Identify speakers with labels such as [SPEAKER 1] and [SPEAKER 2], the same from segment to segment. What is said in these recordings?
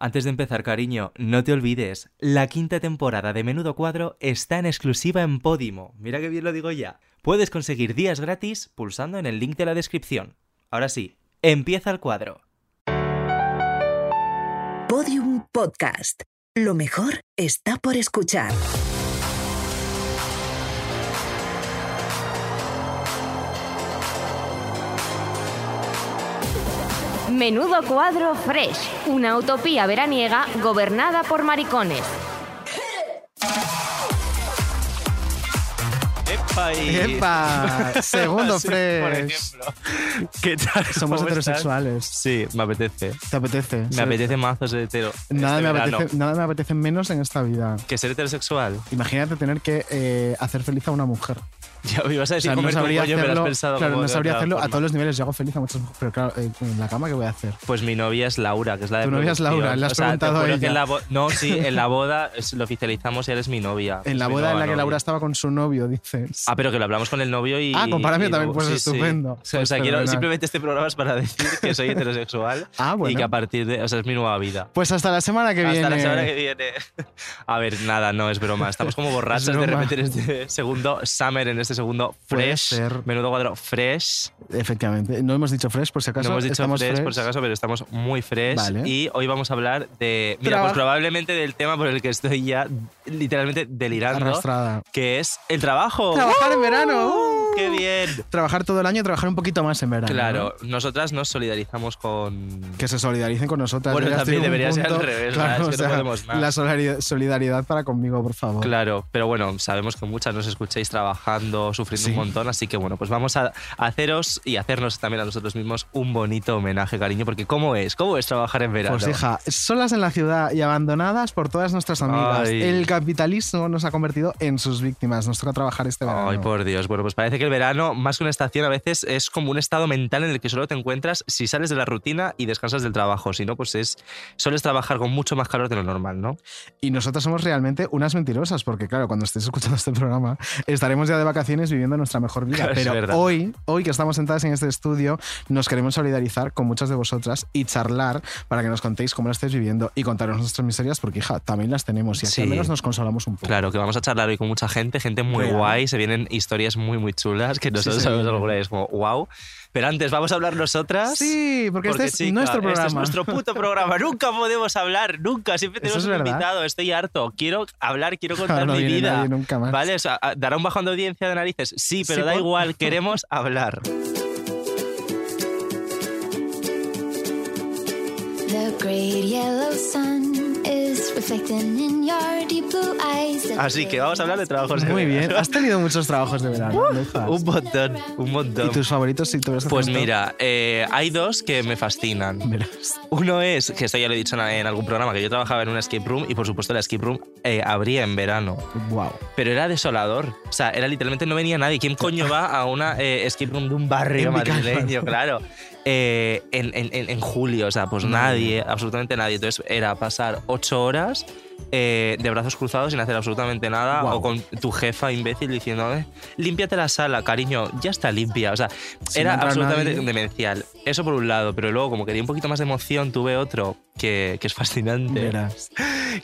[SPEAKER 1] Antes de empezar, cariño, no te olvides, la quinta temporada de Menudo Cuadro está en exclusiva en Podimo. Mira que bien lo digo ya. Puedes conseguir días gratis pulsando en el link de la descripción. Ahora sí, empieza el cuadro.
[SPEAKER 2] Podium Podcast. Lo mejor está por escuchar.
[SPEAKER 3] Menudo cuadro fresh, una utopía veraniega gobernada por maricones.
[SPEAKER 4] ¡Epa! y-
[SPEAKER 5] ¡Epa! Segundo
[SPEAKER 4] Sí, por
[SPEAKER 5] fresh.
[SPEAKER 4] ejemplo. ¿Qué tal?
[SPEAKER 5] Somos
[SPEAKER 4] ¿Cómo estás?
[SPEAKER 5] heterosexuales.
[SPEAKER 4] Sí, me apetece.
[SPEAKER 5] ¿Te apetece?
[SPEAKER 4] Me
[SPEAKER 5] ser-
[SPEAKER 4] apetece mazos de hetero.
[SPEAKER 5] Nada
[SPEAKER 4] este
[SPEAKER 5] me,
[SPEAKER 4] verano.
[SPEAKER 5] apetece, nada me apetece menos en esta vida.
[SPEAKER 4] Que ser heterosexual.
[SPEAKER 5] Imagínate tener que eh, hacer feliz a una mujer.
[SPEAKER 4] Ya me ibas a
[SPEAKER 5] O
[SPEAKER 4] decir
[SPEAKER 5] sea, no
[SPEAKER 4] comer con
[SPEAKER 5] sabría
[SPEAKER 4] pollo, pero
[SPEAKER 5] hacerlo,
[SPEAKER 4] has pensado
[SPEAKER 5] claro,
[SPEAKER 4] como
[SPEAKER 5] no
[SPEAKER 4] de
[SPEAKER 5] sabría
[SPEAKER 4] otra
[SPEAKER 5] hacerlo a
[SPEAKER 4] forma.
[SPEAKER 5] todos los niveles. Yo hago feliz a muchas mujeres, pero claro, eh, en la cama, ¿qué voy a hacer?
[SPEAKER 4] Pues mi novia es Laura, que es la de
[SPEAKER 5] Tu novia es
[SPEAKER 4] producción.
[SPEAKER 5] Laura, le has
[SPEAKER 4] O sea, te
[SPEAKER 5] preguntado a
[SPEAKER 4] juro que
[SPEAKER 5] ella.
[SPEAKER 4] en la bo- No, sí, en la boda es- lo oficializamos y eres mi novia.
[SPEAKER 5] En la
[SPEAKER 4] Es mi
[SPEAKER 5] boda en
[SPEAKER 4] nueva
[SPEAKER 5] la que
[SPEAKER 4] novia.
[SPEAKER 5] Laura estaba con su novio, dices.
[SPEAKER 4] Ah, pero que lo hablamos con el novio y.
[SPEAKER 5] Ah, con Paramio
[SPEAKER 4] y
[SPEAKER 5] también,
[SPEAKER 4] luego-
[SPEAKER 5] pues estupendo.
[SPEAKER 4] O sea,
[SPEAKER 5] Pues
[SPEAKER 4] quiero-
[SPEAKER 5] fenomenal.
[SPEAKER 4] simplemente este programa es para decir que soy heterosexual
[SPEAKER 5] Ah,
[SPEAKER 4] y
[SPEAKER 5] bueno.
[SPEAKER 4] que a partir de. O sea, es mi nueva vida.
[SPEAKER 5] Pues hasta la semana que
[SPEAKER 4] Hasta
[SPEAKER 5] viene.
[SPEAKER 4] la semana que viene. A ver, nada, no, es broma. Estamos como borrachos
[SPEAKER 5] Es
[SPEAKER 4] de
[SPEAKER 5] broma.
[SPEAKER 4] repetir este segundo summer, en este segundo
[SPEAKER 5] Puede
[SPEAKER 4] fresh.
[SPEAKER 5] ser.
[SPEAKER 4] Menudo cuadro fresh.
[SPEAKER 5] Efectivamente. No hemos dicho fresh, por si acaso.
[SPEAKER 4] no hemos dicho
[SPEAKER 5] Estamos
[SPEAKER 4] fresh, por si acaso, pero estamos muy fresh.
[SPEAKER 5] Vale.
[SPEAKER 4] Y hoy vamos a hablar de. Mira,
[SPEAKER 5] Traba-
[SPEAKER 4] pues probablemente del tema por el que estoy ya literalmente delirando.
[SPEAKER 5] Arrastrada.
[SPEAKER 4] Que es el trabajo.
[SPEAKER 5] Trabajar en verano.
[SPEAKER 4] ¡Uh!
[SPEAKER 5] ¡uh!
[SPEAKER 4] ¡Qué bien!
[SPEAKER 5] Trabajar todo el año y trabajar un poquito más en verano.
[SPEAKER 4] Claro, nosotras nos solidarizamos con.
[SPEAKER 5] que se solidaricen con nosotras.
[SPEAKER 4] Bueno,
[SPEAKER 5] Deberías
[SPEAKER 4] también
[SPEAKER 5] tener un
[SPEAKER 4] debería ser al
[SPEAKER 5] punto-
[SPEAKER 4] revés,
[SPEAKER 5] Claro,
[SPEAKER 4] ¿verdad? Es que
[SPEAKER 5] o
[SPEAKER 4] no
[SPEAKER 5] sea,
[SPEAKER 4] podemos nada.
[SPEAKER 5] La solidari- solidaridad para conmigo, por favor.
[SPEAKER 4] Claro, pero bueno, sabemos que muchas nos escuchéis trabajando, sufriendo un
[SPEAKER 5] Sí.
[SPEAKER 4] montón, así que bueno, pues vamos a haceros y hacernos también a nosotros mismos un bonito homenaje, cariño, porque ¿cómo es? ¿Cómo es trabajar en verano?
[SPEAKER 5] Pues hija, solas en la ciudad y abandonadas por todas nuestras amigas.
[SPEAKER 4] Ay.
[SPEAKER 5] El capitalismo nos ha convertido en sus víctimas. Nos toca trabajar este verano.
[SPEAKER 4] Ay, por Dios. Bueno, pues parece que el verano, más que una estación, a veces es como un estado mental en el que solo te encuentras si sales de la rutina y descansas del trabajo. Si no, pues es. Sueles trabajar con mucho más calor de lo normal, ¿no?
[SPEAKER 5] Y nosotras somos realmente unas mentirosas, porque claro, cuando estéis escuchando este programa, estaremos ya de vacaciones viviendo nuestra mejor vida.
[SPEAKER 4] Claro, es verdad.
[SPEAKER 5] Pero hoy, hoy que estamos sentadas en este estudio, nos queremos solidarizar con muchas de vosotras y charlar para que nos contéis cómo lo estáis viviendo y contaros nuestras miserias, porque hija, también las tenemos y así
[SPEAKER 4] Sí.
[SPEAKER 5] al menos nos consolamos un poco.
[SPEAKER 4] Claro, que vamos a charlar hoy con mucha gente, gente muy
[SPEAKER 5] Real.
[SPEAKER 4] guay, se vienen historias muy, muy chulas que nosotros
[SPEAKER 5] se
[SPEAKER 4] sabemos
[SPEAKER 5] vienen.
[SPEAKER 4] alguna vez como wow. Pero antes, vamos a hablar nosotras.
[SPEAKER 5] Sí, porque, este es
[SPEAKER 4] chica,
[SPEAKER 5] nuestro programa.
[SPEAKER 4] Este es nuestro puto programa. Nunca podemos hablar, nunca. Siempre
[SPEAKER 5] Eso
[SPEAKER 4] tenemos
[SPEAKER 5] es
[SPEAKER 4] un
[SPEAKER 5] verdad.
[SPEAKER 4] invitado. Estoy harto. Quiero hablar, quiero contar
[SPEAKER 5] no
[SPEAKER 4] mi
[SPEAKER 5] viene
[SPEAKER 4] vida.
[SPEAKER 5] nadie nunca más.
[SPEAKER 4] ¿Vale? O sea, a- dará un bajón de audiencia de narices. Sí, pero
[SPEAKER 5] Sí,
[SPEAKER 4] da
[SPEAKER 5] por-
[SPEAKER 4] igual. Queremos hablar.
[SPEAKER 6] The great yellow sun is reflecting in your deep blue eyes.
[SPEAKER 4] Así que vamos a hablar de trabajos. de
[SPEAKER 5] Muy bien.
[SPEAKER 4] verano.
[SPEAKER 5] Has tenido muchos trabajos de verano.
[SPEAKER 4] Uh,
[SPEAKER 5] Bejas.
[SPEAKER 4] Un montón, un
[SPEAKER 5] ¿Y
[SPEAKER 4] montón.
[SPEAKER 5] tus favoritos si tuvieras que
[SPEAKER 4] Pues
[SPEAKER 5] hacer un top?
[SPEAKER 4] mira, eh, hay dos que me fascinan.
[SPEAKER 5] Verás.
[SPEAKER 4] Uno es, que esto ya lo he dicho en- en algún programa, que yo trabajaba en una escape room y por supuesto la escape room eh, abría en verano.
[SPEAKER 5] Wow.
[SPEAKER 4] Pero era desolador. O sea, era literalmente no venía nadie. ¿Quién coño va a una eh, escape room de un barrio
[SPEAKER 5] En mi casa.
[SPEAKER 4] madrileño? Claro. Eh, en, en- en- en julio, o sea, pues nadie, absolutamente nadie. Entonces era pasar ocho horas eh, de brazos cruzados sin hacer absolutamente nada
[SPEAKER 5] Guau.
[SPEAKER 4] o con tu jefa imbécil diciendo, eh, límpiate la sala, cariño, ya está limpia. O sea,
[SPEAKER 5] Si
[SPEAKER 4] era
[SPEAKER 5] no entra
[SPEAKER 4] absolutamente
[SPEAKER 5] nadie.
[SPEAKER 4] demencial. Eso por un lado, pero luego como quería un poquito más de emoción, tuve otro que, que es fascinante
[SPEAKER 5] Verás.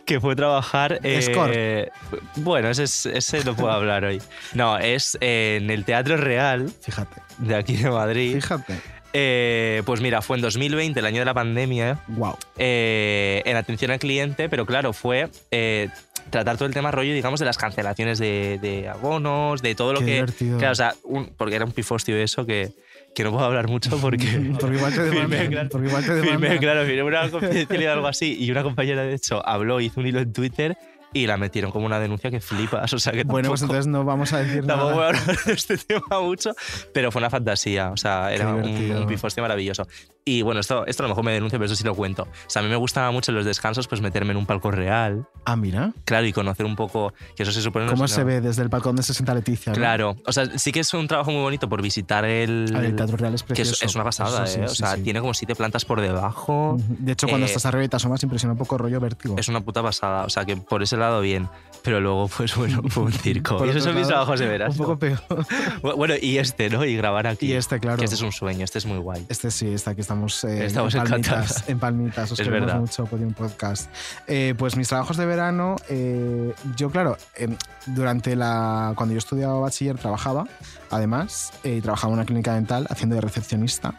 [SPEAKER 4] que fue trabajar.
[SPEAKER 5] Escort.
[SPEAKER 4] Eh, bueno, ese, es- ese no puedo hablar hoy. No, es eh, en el Teatro Real
[SPEAKER 5] Fíjate.
[SPEAKER 4] de aquí de Madrid.
[SPEAKER 5] Fíjate.
[SPEAKER 4] Eh, pues mira, fue en 2020, el año de la pandemia,
[SPEAKER 5] Wow.
[SPEAKER 4] eh, en atención al cliente, pero claro, fue eh, tratar todo el tema rollo, digamos, de las cancelaciones de, de abonos, de todo lo
[SPEAKER 5] Qué
[SPEAKER 4] que.
[SPEAKER 5] divertido.
[SPEAKER 4] Claro, o sea, un- porque era un pifostio eso que, que no puedo hablar mucho porque.
[SPEAKER 5] Porque igual te
[SPEAKER 4] Firmé,
[SPEAKER 5] demandan.
[SPEAKER 4] claro.
[SPEAKER 5] Porque igual te demandan.
[SPEAKER 4] Firmé, claro, firmé una confidencialidad o algo así. Y una compañera, de hecho, habló, hizo un hilo en Twitter y la metieron como una denuncia que flipas. O sea que
[SPEAKER 5] Bueno, pues
[SPEAKER 4] tampoco,
[SPEAKER 5] entonces no vamos a decir
[SPEAKER 4] tampoco voy
[SPEAKER 5] nada.
[SPEAKER 4] a hablar de este tema mucho, pero fue una fantasía. O sea,
[SPEAKER 5] Qué
[SPEAKER 4] era un,
[SPEAKER 5] divertido.
[SPEAKER 4] un pifostio maravilloso. Y bueno, esto, esto a lo mejor me denuncio, pero eso sí lo cuento. O sea, a mí me gustaba mucho en los descansos, pues meterme en un palco real,
[SPEAKER 5] Ah, mira.
[SPEAKER 4] claro, y conocer un poco, que eso se supone. no
[SPEAKER 5] ¿Cómo
[SPEAKER 4] es
[SPEAKER 5] se
[SPEAKER 4] una-
[SPEAKER 5] ve desde el balcón de 60 Leticia? ¿no?
[SPEAKER 4] Claro, o sea, sí que es un trabajo muy bonito por visitar el.
[SPEAKER 5] A ver, Ah, El Teatro Real es
[SPEAKER 4] que
[SPEAKER 5] precioso.
[SPEAKER 4] es, es una pasada,
[SPEAKER 5] Eso sí,
[SPEAKER 4] ¿eh? O
[SPEAKER 5] sí,
[SPEAKER 4] sea,
[SPEAKER 5] sí.
[SPEAKER 4] tiene como siete plantas por debajo.
[SPEAKER 5] Ujú. De hecho, cuando
[SPEAKER 4] eh,
[SPEAKER 5] estás arriba y te asomas, impresiona un poco rollo vértigo.
[SPEAKER 4] es una puta pasada. O sea, que por ese lado bien. Pero luego, pues bueno, fue un circo.
[SPEAKER 5] Por
[SPEAKER 4] Y esos
[SPEAKER 5] otros
[SPEAKER 4] son mis
[SPEAKER 5] lados,
[SPEAKER 4] trabajos de
[SPEAKER 5] Un
[SPEAKER 4] verano.
[SPEAKER 5] poco peor.
[SPEAKER 4] Bu- Bueno, y este, ¿no? Y grabar aquí.
[SPEAKER 5] Y este, claro.
[SPEAKER 4] Que este es un sueño, este es muy guay.
[SPEAKER 5] Este sí, está aquí está estamos, eh,
[SPEAKER 4] Estamos
[SPEAKER 5] en palmitas.
[SPEAKER 4] encantados.
[SPEAKER 5] En palmitas os
[SPEAKER 4] Es
[SPEAKER 5] queremos
[SPEAKER 4] verdad.
[SPEAKER 5] mucho, Podium Podcast. Eh, pues mis trabajos de verano, eh, yo claro, em, durante la cuando yo estudiaba bachiller trabajaba, además, eh, y trabajaba en una clínica dental haciendo de recepcionista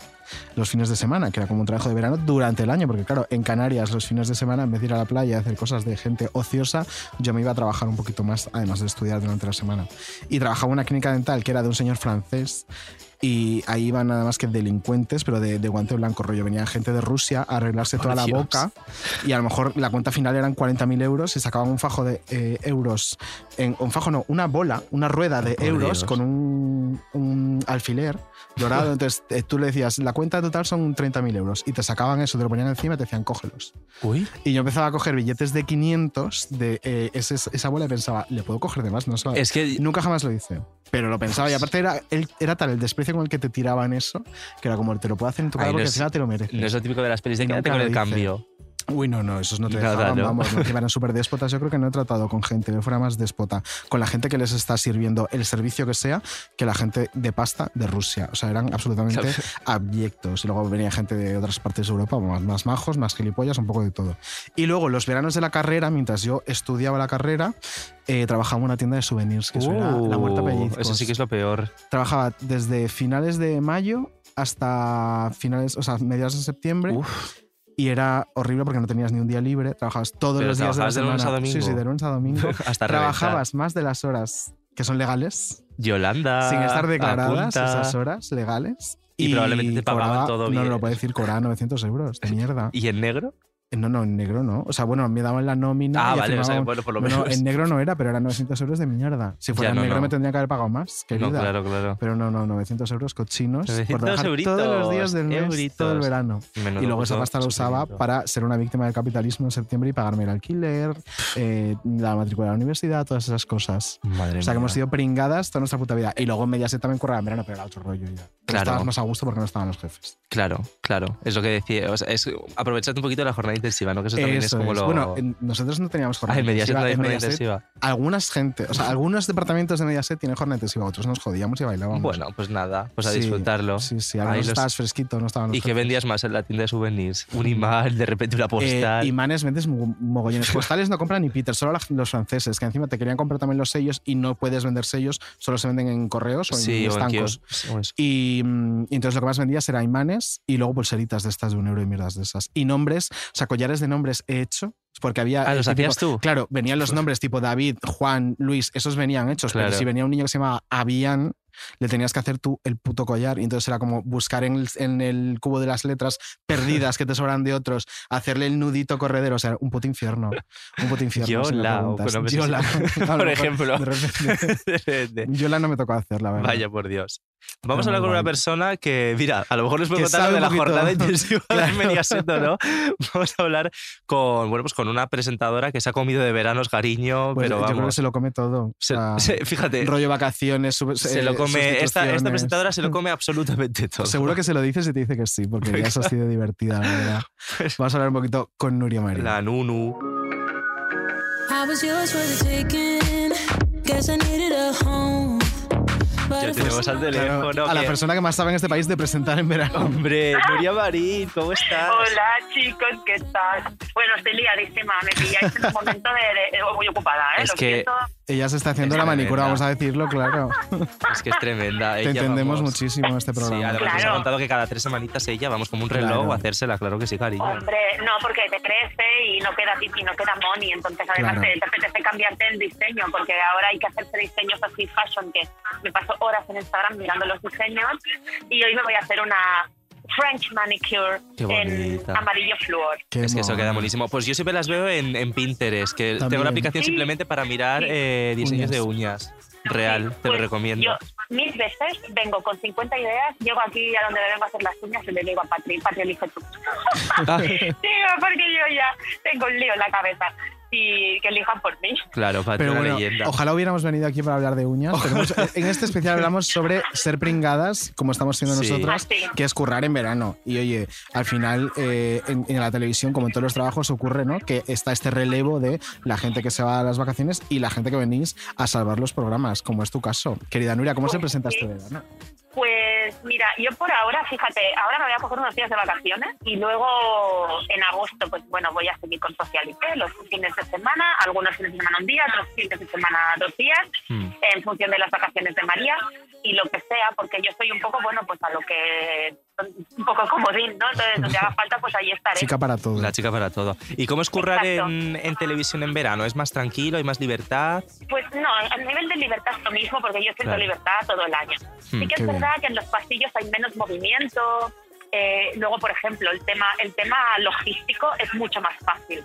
[SPEAKER 5] los fines de semana, que era como un trabajo de verano durante el año, porque claro, en Canarias los fines de semana, en vez de ir a la playa a hacer cosas de gente ociosa, yo me iba a trabajar un poquito más, además de estudiar durante la semana. Y trabajaba en una clínica dental que era de un señor francés. Y ahí iban nada más que delincuentes, pero de, de guante blanco rollo. Venía gente de Rusia a arreglarse toda la
[SPEAKER 4] Dios.
[SPEAKER 5] boca y a lo mejor la cuenta final eran 40.000 euros y sacaban un fajo de eh, euros, en, un fajo no, una bola, una rueda de
[SPEAKER 4] Ah, Por
[SPEAKER 5] euros
[SPEAKER 4] Dios.
[SPEAKER 5] con un, un alfiler dorado. Entonces eh, tú le decías, la cuenta total son 30.000 euros y te sacaban eso, te lo ponían encima y te decían, cógelos.
[SPEAKER 4] Uy.
[SPEAKER 5] Y yo empezaba a coger billetes de 500 de eh, ese- esa bola y pensaba, le puedo coger de más, no se va a-
[SPEAKER 4] Es que
[SPEAKER 5] Nunca jamás lo hice, pero lo pensaba. Y aparte era, el- era tal el desprecio con el que te tiraban eso, que era como, te lo puedo hacer en tu cara
[SPEAKER 4] Ay, no
[SPEAKER 5] porque
[SPEAKER 4] es-
[SPEAKER 5] al final te lo mereces.
[SPEAKER 4] no es lo típico de las pelis de
[SPEAKER 5] Nunca
[SPEAKER 4] quédate con
[SPEAKER 5] lo
[SPEAKER 4] el
[SPEAKER 5] hice.
[SPEAKER 4] cambio.
[SPEAKER 5] Uy, no, no, esos no te
[SPEAKER 4] Nada,
[SPEAKER 5] dejaban,
[SPEAKER 4] ¿no?
[SPEAKER 5] vamos, no, encima eran súper déspotas. Yo creo que no he tratado con gente que fuera más déspota, con la gente que les está sirviendo el servicio que sea, que la gente de pasta de Rusia. O sea, eran absolutamente abyectos. Y luego venía gente de otras partes de Europa, más, más majos, más gilipollas, un poco de todo. Y luego, los veranos de la carrera, mientras yo estudiaba la carrera, eh, trabajaba en una tienda de souvenirs, que eso era la muerte a
[SPEAKER 4] Uh,
[SPEAKER 5] pellizcos
[SPEAKER 4] Eso sí que es lo peor.
[SPEAKER 5] trabajaba desde finales de mayo hasta finales, o sea, mediados de septiembre. Y era horrible porque no tenías ni un día libre, trabajabas todos
[SPEAKER 4] Pero
[SPEAKER 5] los días de la
[SPEAKER 4] trabajabas de
[SPEAKER 5] semana.
[SPEAKER 4] lunes a domingo.
[SPEAKER 5] Sí, sí, de lunes a domingo.
[SPEAKER 4] Hasta
[SPEAKER 5] trabajabas más de las horas que son legales,
[SPEAKER 4] reventar. Yolanda.
[SPEAKER 5] sin estar declaradas
[SPEAKER 4] apunta.
[SPEAKER 5] esas horas legales.
[SPEAKER 4] Ah, Y probablemente te pagaban
[SPEAKER 5] cobraba-
[SPEAKER 4] todo
[SPEAKER 5] No,
[SPEAKER 4] bien.
[SPEAKER 5] no lo puedo decir, cobraba 900 euros, de mierda.
[SPEAKER 4] ¿Y en negro?
[SPEAKER 5] No, no, en negro no. O sea, bueno, me daban la nómina.
[SPEAKER 4] Ah,
[SPEAKER 5] y
[SPEAKER 4] vale, o sea,
[SPEAKER 5] afirmaba un-
[SPEAKER 4] bueno, por lo
[SPEAKER 5] No, no,
[SPEAKER 4] menos.
[SPEAKER 5] en negro no era, pero eran 900 euros de mierda. Si fuera
[SPEAKER 4] Ya, no,
[SPEAKER 5] en negro
[SPEAKER 4] no.
[SPEAKER 5] me tendría que haber pagado más, querida.
[SPEAKER 4] no, claro, claro.
[SPEAKER 5] Pero no, no, 900 euros cochinos
[SPEAKER 4] 900
[SPEAKER 5] por trabajar todos los días del mes,
[SPEAKER 4] euritos,
[SPEAKER 5] todo el verano.
[SPEAKER 4] Menudo
[SPEAKER 5] Y luego
[SPEAKER 4] puto
[SPEAKER 5] esa pasta la usaba
[SPEAKER 4] sufrimiento.
[SPEAKER 5] para ser una víctima del capitalismo en septiembre y pagarme el alquiler, eh, la matrícula de la universidad, todas esas cosas.
[SPEAKER 4] Madre
[SPEAKER 5] O sea, que hemos
[SPEAKER 4] mía.
[SPEAKER 5] sido pringadas toda nuestra puta vida. Y luego en Mediaset también curraba en verano, pero era otro rollo ya. Pero
[SPEAKER 4] Claro.
[SPEAKER 5] Estabas más a gusto porque no estaban los jefes.
[SPEAKER 4] Claro, claro. Es lo que decía. O sea, es aprovecharte un poquito de la jornada intensiva, ¿no? Que eso también
[SPEAKER 5] Eso
[SPEAKER 4] es como
[SPEAKER 5] es.
[SPEAKER 4] lo.
[SPEAKER 5] Bueno, en- nosotros no teníamos
[SPEAKER 4] Ah,
[SPEAKER 5] jornada
[SPEAKER 4] en Mediaset
[SPEAKER 5] intensiva.
[SPEAKER 4] no hay
[SPEAKER 5] En
[SPEAKER 4] jornada
[SPEAKER 5] Mediaset,
[SPEAKER 4] intensiva.
[SPEAKER 5] algunas gente, o sea, algunos departamentos de Mediaset tienen jornada intensiva, otros nos jodíamos y bailábamos.
[SPEAKER 4] Bueno, pues nada, pues a
[SPEAKER 5] Sí,
[SPEAKER 4] disfrutarlo.
[SPEAKER 5] Sí, sí,
[SPEAKER 4] Ahí
[SPEAKER 5] algunos
[SPEAKER 4] los-
[SPEAKER 5] estabas fresquito, no estaban los
[SPEAKER 4] ¿Y qué
[SPEAKER 5] jefes.
[SPEAKER 4] vendías más en la tienda de souvenirs? Un imán, de repente una
[SPEAKER 5] Eh,
[SPEAKER 4] postal.
[SPEAKER 5] imanes vendes mo- mogollones. Postales no compran ni Peter, solo la- los franceses, que encima te querían comprar también los sellos y no puedes vender sellos, solo se venden en correos o en
[SPEAKER 4] sí, o en
[SPEAKER 5] estancos.
[SPEAKER 4] kioscos, o eso.
[SPEAKER 5] y, mm, y entonces lo que más vendías era imanes y luego pulseritas de estas de un euro y mierdas de esas. Y nombres, o sea, collares de nombres he hecho. Porque había.
[SPEAKER 4] Ah,
[SPEAKER 5] el
[SPEAKER 4] ¿los
[SPEAKER 5] típico-
[SPEAKER 4] hacías tú?
[SPEAKER 5] Claro, venían los nombres tipo David, Juan, Luis, esos venían hechos.
[SPEAKER 4] Claro.
[SPEAKER 5] Pero si venía un niño que se llamaba Avian, le tenías que hacer tú el puto collar. Y entonces era como buscar en el, en el cubo de las letras perdidas que te sobran de otros, hacerle el nudito corredero. O sea, un puto infierno. Un puto infierno. si me
[SPEAKER 4] Yola, o
[SPEAKER 5] preguntas.
[SPEAKER 4] con nombres
[SPEAKER 5] Yola.
[SPEAKER 4] así.
[SPEAKER 5] A lo
[SPEAKER 4] Por
[SPEAKER 5] mejor,
[SPEAKER 4] ejemplo.
[SPEAKER 5] de repente. Yola no me tocó hacer, la verdad.
[SPEAKER 4] Vaya por Dios. Vamos
[SPEAKER 5] Pero
[SPEAKER 4] a hablar con
[SPEAKER 5] muy
[SPEAKER 4] una
[SPEAKER 5] guay.
[SPEAKER 4] persona que, mira, a lo mejor les puedo
[SPEAKER 5] Que
[SPEAKER 4] contar
[SPEAKER 5] sabe
[SPEAKER 4] lo de
[SPEAKER 5] un
[SPEAKER 4] la
[SPEAKER 5] poquito.
[SPEAKER 4] jornada intensiva de
[SPEAKER 5] Claro.
[SPEAKER 4] Mediaset, ¿o ¿no? Vamos a hablar con, bueno, pues con una presentadora que se ha comido de veranos cariño,
[SPEAKER 5] Pues
[SPEAKER 4] pero
[SPEAKER 5] yo creo que
[SPEAKER 4] vamos.
[SPEAKER 5] se lo come todo. O
[SPEAKER 4] se-
[SPEAKER 5] sea,
[SPEAKER 4] se- fíjate,
[SPEAKER 5] rollo vacaciones, sub-
[SPEAKER 4] se
[SPEAKER 5] eh,
[SPEAKER 4] lo come, esta, esta
[SPEAKER 5] sustituciones.
[SPEAKER 4] presentadora se lo come absolutamente todo.
[SPEAKER 5] Seguro que se lo dices y te dice que sí, porque ya es así de divertida, la verdad. Vamos a hablar un poquito con Nuria María.
[SPEAKER 4] Pues La Nunu.
[SPEAKER 7] I was yours for the taking. Guess I needed a home. But
[SPEAKER 4] Ya
[SPEAKER 7] if
[SPEAKER 4] tenemos al
[SPEAKER 5] Claro,
[SPEAKER 4] teléfono.
[SPEAKER 5] a la
[SPEAKER 4] que-
[SPEAKER 5] persona que más sabe en este país de presentar en verano.
[SPEAKER 4] Hombre, Nuria Marín, ¿cómo estás?
[SPEAKER 8] Hola chicos, ¿qué tal? Bueno, estoy liadísima, me pilláis en un momento de, de- muy ocupada, ¿eh?
[SPEAKER 4] Es
[SPEAKER 8] Lo
[SPEAKER 4] que-
[SPEAKER 8] siento.
[SPEAKER 5] Ella se está haciendo
[SPEAKER 4] Es
[SPEAKER 5] la manicura,
[SPEAKER 4] tremenda.
[SPEAKER 5] vamos a decirlo, claro.
[SPEAKER 4] Es que es tremenda.
[SPEAKER 5] Te
[SPEAKER 4] ella,
[SPEAKER 5] entendemos
[SPEAKER 4] vamos.
[SPEAKER 5] muchísimo en este
[SPEAKER 4] Sí,
[SPEAKER 5] programa.
[SPEAKER 4] además nos ha
[SPEAKER 8] Claro.
[SPEAKER 4] contado que cada tres semanitas ella, vamos, como un reloj
[SPEAKER 5] Claro.
[SPEAKER 4] a hacérsela, claro que sí, cariño.
[SPEAKER 8] Hombre, no, porque te crece y no queda y no queda money, entonces además
[SPEAKER 5] Claro.
[SPEAKER 8] te, te apetece cambiarte el diseño, porque ahora hay que hacerse diseños así fashion, que me paso horas en Instagram mirando los diseños y hoy me voy a hacer una French manicure
[SPEAKER 4] Qué
[SPEAKER 8] en
[SPEAKER 4] bonita.
[SPEAKER 8] amarillo flúor.
[SPEAKER 5] Qué
[SPEAKER 4] es que eso
[SPEAKER 5] mono.
[SPEAKER 4] queda buenísimo. Pues yo siempre las veo en, en Pinterest, que tengo
[SPEAKER 5] También.
[SPEAKER 4] una aplicación
[SPEAKER 8] Sí,
[SPEAKER 4] simplemente para mirar
[SPEAKER 8] sí.
[SPEAKER 4] eh, diseños de uñas. Real, te lo
[SPEAKER 8] Pues
[SPEAKER 4] recomiendo.
[SPEAKER 8] Yo mil veces vengo con 50 ideas, llego aquí a donde vengo a hacer las uñas y le digo a Patri, Patri, elige tú.
[SPEAKER 4] Ah,
[SPEAKER 8] Digo, porque yo ya tengo un lío en la cabeza y que elijan por mí.
[SPEAKER 4] claro, para
[SPEAKER 5] Pero
[SPEAKER 4] una
[SPEAKER 5] bueno,
[SPEAKER 4] leyenda.
[SPEAKER 5] ojalá hubiéramos venido aquí para hablar de uñas. pero hemos- en este especial hablamos sobre ser pringadas, como estamos siendo
[SPEAKER 4] Sí.
[SPEAKER 5] nosotras,
[SPEAKER 8] Ah, sí.
[SPEAKER 5] que es currar en verano. Y oye, al final eh, en, en la televisión, como en todos los trabajos, ocurre ¿no? que está este relevo de la gente que se va a las vacaciones y la gente que venís a salvar los programas, como es tu caso. Querida Nuria, ¿cómo se presenta este verano?
[SPEAKER 8] Pues Mira, yo por ahora, fíjate, ahora me voy a coger unos días de vacaciones y luego en agosto, pues bueno, voy a seguir con Socialité los fines de semana, algunos fines de semana un día, otros fines de semana dos días,
[SPEAKER 4] Mm.
[SPEAKER 8] en función de las vacaciones de María y lo que sea, porque yo soy un poco, bueno, pues a lo que. un poco comodín, ¿no? Entonces, donde haga falta, pues ahí estaré.
[SPEAKER 5] Chica para todo.
[SPEAKER 4] La chica para todo. ¿Y cómo es currar
[SPEAKER 8] Exacto.
[SPEAKER 4] en, en televisión en verano? ¿Es más tranquilo? ¿Hay más libertad?
[SPEAKER 8] Pues no, a nivel de libertad es lo mismo, porque yo siento
[SPEAKER 4] Claro.
[SPEAKER 8] libertad todo el año. sí
[SPEAKER 4] Hmm,
[SPEAKER 8] que
[SPEAKER 5] Mm, qué
[SPEAKER 8] es
[SPEAKER 5] bien.
[SPEAKER 8] verdad que en los pasillos hay menos movimiento. eh, luego, por ejemplo, el tema, el tema logístico es mucho más fácil.